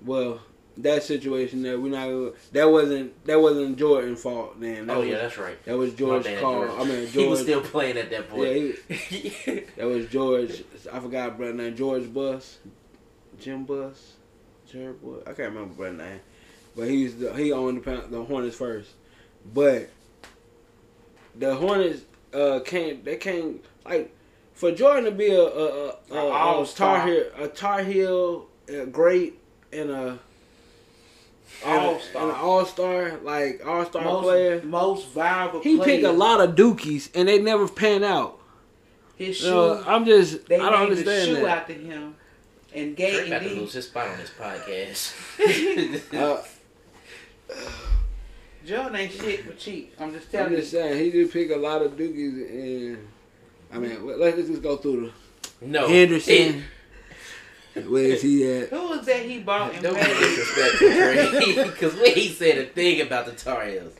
D: well, that situation there, we're not. gonna- That wasn't that wasn't Jordan's fault. Then that
C: Oh
D: was,
C: yeah, that's right.
D: that was
C: My
D: George's
C: bad,
D: call.
C: George.
D: I mean, George.
C: he was still playing at that
D: yeah,
C: point.
D: he, that was George. I forgot brother name. George Bus, Jim Bus, Jared Bus. I can't remember brother name, but he was the, he owned the, Pan- the Hornets first. But the Hornets uh, can't. They can't like for Jordan to be a a, a, a, a,
E: all-star.
D: Tar Heel, a Tar Heel, a great and a. and a-
E: All-star.
D: and an all star, like all star
E: most,
D: player.
E: most viable.
D: He
E: player.
D: picked a lot of dookies, and they never pan out.
E: His shoes.
D: Uh, I'm just,
E: they
D: I don't
E: named the
D: understand
E: shoe
D: that.
E: after him. And
C: Trey
E: gave
C: about to
E: and
C: lose his spot on this podcast.
D: Uh,
E: Jordan ain't shit for cheap. I'm just telling
D: I'm
E: you.
D: just saying, he did pick a lot of dookies, and I mean, let- let's just go through
C: no,
D: the Henderson. Where is he at?
E: Who was that he bought
C: It-
E: and
C: don't
E: paid?
C: disrespect Trey because we ain't said a thing about the Tar Heels.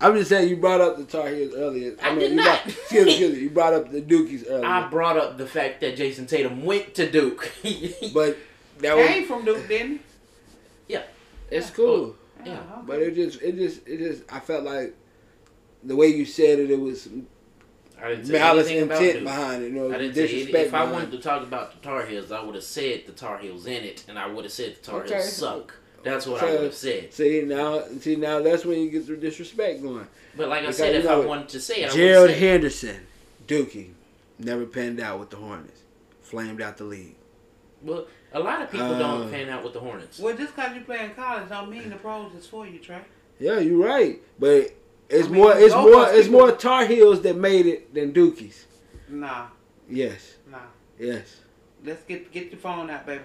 D: I'm just saying you brought up the Tar Heels earlier.
C: I did
D: you
C: not.
D: Brought, excuse me, excuse me. You brought up the Dookies earlier,
C: I brought up the fact that Jason Tatum went to Duke.
D: but that was
E: Came from Duke, didn't he?
C: yeah,
D: it's cool.
C: yeah.
E: Uh-huh.
D: Oh, But it just, it just, it just. I felt like the way you said it, it was
C: I didn't say
D: malice
C: anything about
D: intent
C: Duke.
D: behind it. You know,
C: I didn't say it.
D: disrespect.
C: If I
D: behind
C: wanted to talk about the Tar Heels, I would have said the Tar Heels in it, and I would have said the Tar
D: Okay.
C: Heels suck. That's what I
D: So-
C: would have said.
D: See now, see now, that's when you get the disrespect going.
C: But like I
D: Because,
C: said,
D: you
C: if
D: know,
C: I wanted to say it, I
D: Gerald
C: would have
D: Henderson, Dookie, never panned out with the Hornets, flamed out the league.
C: Well, a lot of people
D: Uh,
C: don't pan out with the Hornets.
E: Well, just because you play in college don't mean the pros is for you, Trey.
D: Yeah, you're right, but it's
E: I mean,
D: more, it's
E: those
D: more,
E: people-
D: it's more Tar Heels that made it than Dookies.
E: Nah,
D: Yes,
E: nah.
D: yes.
E: Let's get get your phone out, baby.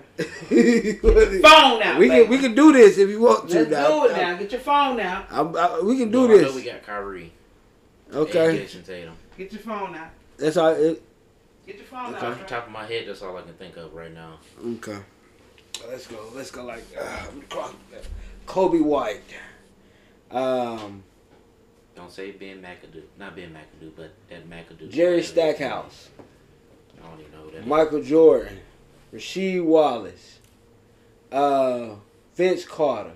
D: we
E: Phone out,
D: can
E: baby.
D: we can do this if you want to.
E: Let's
D: now.
E: do it now. Get your phone out.
D: I'm- I- we can
C: Well,
D: do
C: I know we
D: this.
C: got Kyrie. And
D: Okay,
C: Jason Tatum.
E: Get your phone out.
D: that's all. It,
E: Get your phone
C: Off the
E: out. Trey.
C: top of my head, that's all I can think of right now.
D: okay. Let's go. Let's go. Like uh, Kobe White. Um.
C: Don't say Ben McAdoo. Not Ben McAdoo, but that McAdoo.
D: Jerry Stackhouse,
C: I don't even know who that. is.
D: Michael Jordan, Rasheed Wallace, uh, Vince Carter.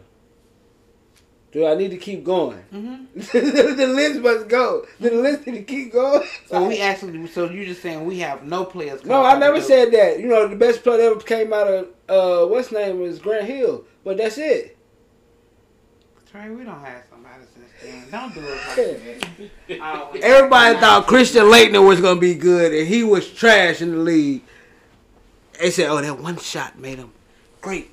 D: Do I need to keep going?
E: Mhm.
D: the list must go. The list need to keep going.
E: So we Oh, actually, so you just saying we have no players?
D: no, I never said that. You know, the best player that ever came out of uh, what's name was Grant Hill, but that's it.
E: Trey, we don't have somebody since then. Don't do it like that. Always.
D: Everybody thought Christian Leitner was gonna be good, and he was trash in the league. They said, "Oh, that one shot made him great."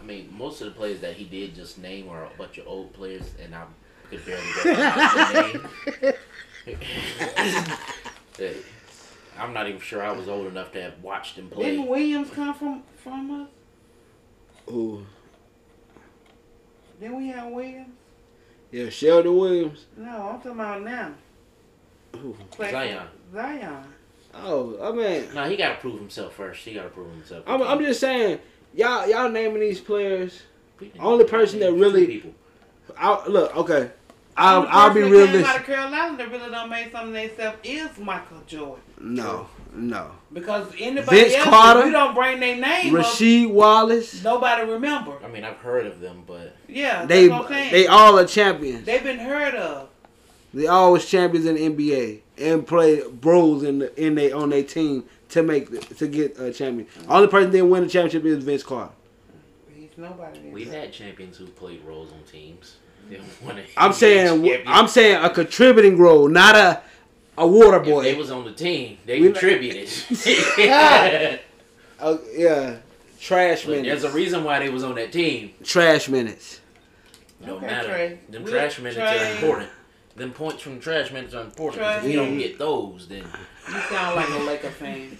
C: I mean, most of the players that he did just name are a bunch of old players, and I could barely recognize the name. I'm not even sure I was old enough to have watched him
E: Didn't
C: play.
E: Williams come from from us?
D: Ooh,
E: Then we have Williams.
D: yeah, Sheldon Williams.
E: No, I'm talking about now.
D: Ooh.
E: Play-
C: Zion.
E: Zion.
D: Oh, I mean,
C: No, he got to prove himself first. He got to prove himself.
D: I'm, I'm just saying, y'all y'all naming these players.
C: We can-
D: only person that
C: Two
D: really-
C: people.
D: I, look, okay, I'll
E: The
D: I'll be
E: person that came Out
D: realistic.
E: of Carolina, that really done made something themselves is Michael Jordan.
D: No, no.
E: Because anybody
D: Vince
E: else,
D: Carter,
E: if you don't bring their name
D: Rasheed
E: up,
D: Wallace,
E: nobody remember.
C: I mean, I've heard of them, but
E: Yeah,
D: they
E: that's what I'm saying.
D: they all are champions.
E: They, have been heard of.
D: They all was champions in the NBA and play bros in the, in they on their team to make the, to get a champion. Only person that win the championship is Vince Carter.
E: He's nobody. then.
C: we've had champions who played roles on teams. They won a
D: Mm-hmm. I'm
C: NBA
D: saying
C: championship.
D: I'm saying a contributing role, not a a water
C: If they
D: boy.
C: was on the team. They
D: We-
C: contributed.
D: Uh, yeah, trash
C: Look, there's
D: minutes.
C: a reason why they was on that team.
D: Trash minutes.
C: No
E: Okay,
C: matter.
E: Trey.
C: Them
E: We-
C: trash minutes
E: Trey.
C: are important. Them points from trash minutes are important. 'cause If
E: Trey.
C: you don't get those, then
E: You sound like a Laker fan.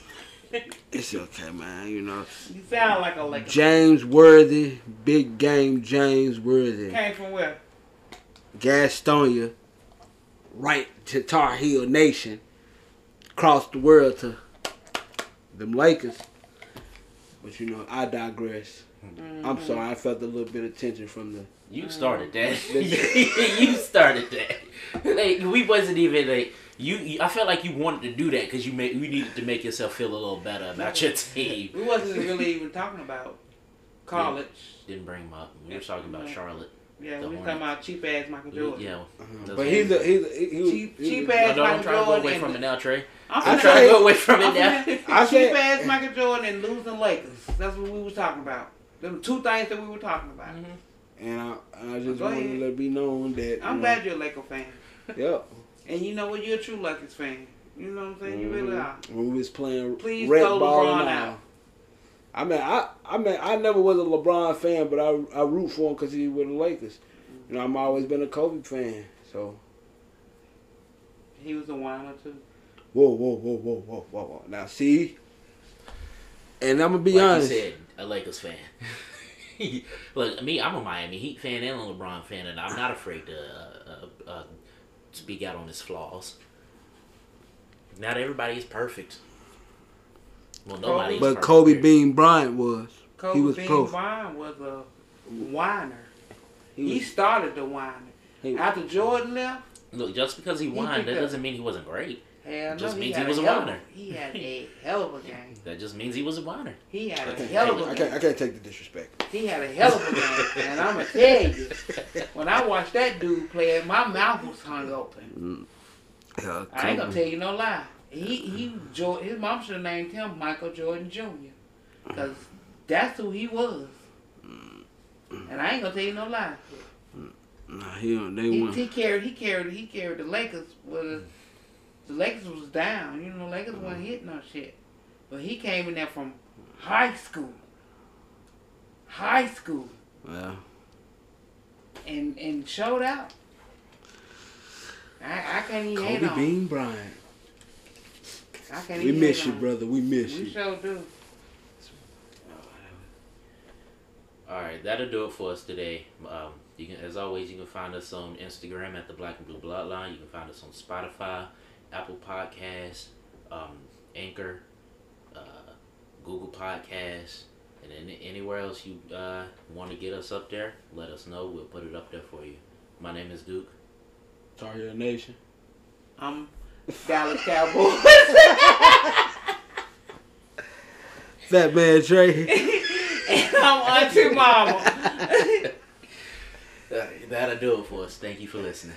D: It's okay, man. You know,
E: You sound like a Laker.
D: James Worthy, big game. James Worthy,
E: Came from where?
D: Gastonia, right to Tar Heel Nation, across the world to them Lakers. But you know, I digress.
E: Mm-hmm.
D: I'm sorry. I felt a little bit of tension from the. uh-huh.
C: you started that. you started that. Like, we wasn't even like you, you. I felt like you wanted to do that because you made you needed to make yourself feel a little better about your team.
E: We wasn't really even talking about college.
C: Didn't bring him up. We were talking about Charlotte.
E: Yeah,
C: The
E: we was
C: Hornets.
E: talking about cheap ass Michael Jordan.
C: Yeah.
D: But he's a he's a, he, he,
E: Cheap-
D: he-
E: cheap
C: No,
E: ass
C: no, I'm
E: Michael
C: trying to go
E: Jordan.
C: away from it
E: and-
C: now, Trey.
E: I'm
D: I
C: I'm
E: finna-
C: trying to
D: said-
C: go away from it
E: I'm
C: now.
E: finna-
D: I
E: cheap
D: said-
E: ass Michael Jordan and losing Lakers. That's what we were talking about. Them two things that we were talking about.
C: Mm-hmm.
D: And I, I just
E: Go
D: wanted
E: ahead.
D: to let it be known that.
E: I'm
D: you know,
E: glad you're a Laker fan.
D: Yep.
E: And you know what? You're a true Lakers fan. You know what I'm saying? You really
C: Mm-hmm.
E: are.
D: Mm-hmm. when we was playing
E: Please
D: red
E: throw
D: ball
E: LeBron
D: and all.
E: out.
D: I mean, I I mean, I never was a LeBron fan, but I I root for him because he with the Lakers. You know, I'm always been a Kobe fan. So
E: He was a whiner too.
D: whoa, whoa, whoa, whoa, whoa, whoa, whoa. Now see, and I'm gonna be
C: like
D: honest.
C: you said, a Lakers fan. Look, me, I'm a Miami Heat fan and a LeBron fan, and I'm not afraid to uh, uh, uh, speak out on his flaws. Not everybody is perfect. Well, nobody. is
D: but
C: perfect,
D: Kobe
C: period.
D: Bean Bryant was.
E: Kobe
D: he was
E: Bean
D: pro.
E: Bryant was a whiner. He,
D: He was,
E: started the whining.
D: he-
E: After Jordan left,
C: Look, just because he won,
E: picked
C: that
E: up-
C: doesn't mean he wasn't great.
E: Hell
C: Just
E: no,
C: means he
E: had
C: was a
E: hell-
C: winner.
E: He had a hell of a game.
C: That just means he was a winner.
E: He had
D: I
E: a
D: can't,
E: hell of
D: I
E: a
D: can't, I
E: game.
D: can't take the disrespect.
E: He had a hell of a game, and I'ma tell you, when I watched that dude play, my mouth was hung open.
D: Hell,
E: I ain't gonna
D: Kobe.
E: tell you no lie. He he, Jor- his mom should have named him Michael Jordan Jr. Cause that's who he was.
D: Mm-hmm.
E: And I ain't gonna tell you no lie.
D: Nah, he don't. They
E: He,
D: won.
E: he carried he carried he carried the Lakers was the Lakers was down. You know, the Lakers
D: Mm-hmm.
E: wasn't hitting no shit. But he came in there from high school. High school.
D: yeah.
E: And and showed out. I, I can't even hate
D: Kobe
E: on him.
D: Bean Bryant.
E: I can't
D: We
E: even
D: miss
E: hate
D: you,
E: on him.
D: brother. We miss
E: We
D: you.
E: sure do.
C: All right, that'll do it for us today. Um, you can, as always, you can find us on Instagram at the Black and Blue Bloodline. You can find us on Spotify, Apple Podcasts, um, Anchor, uh, Google Podcasts, and any, anywhere else you uh, want to get us up there. Let us know. We'll put it up there for you. My name is Duke.
D: Tar Heel Nation.
E: I'm Dallas Cowboys.
D: Fat man Trey.
E: and I'm Auntie Mama.
C: That'll do it for us. Thank you for listening.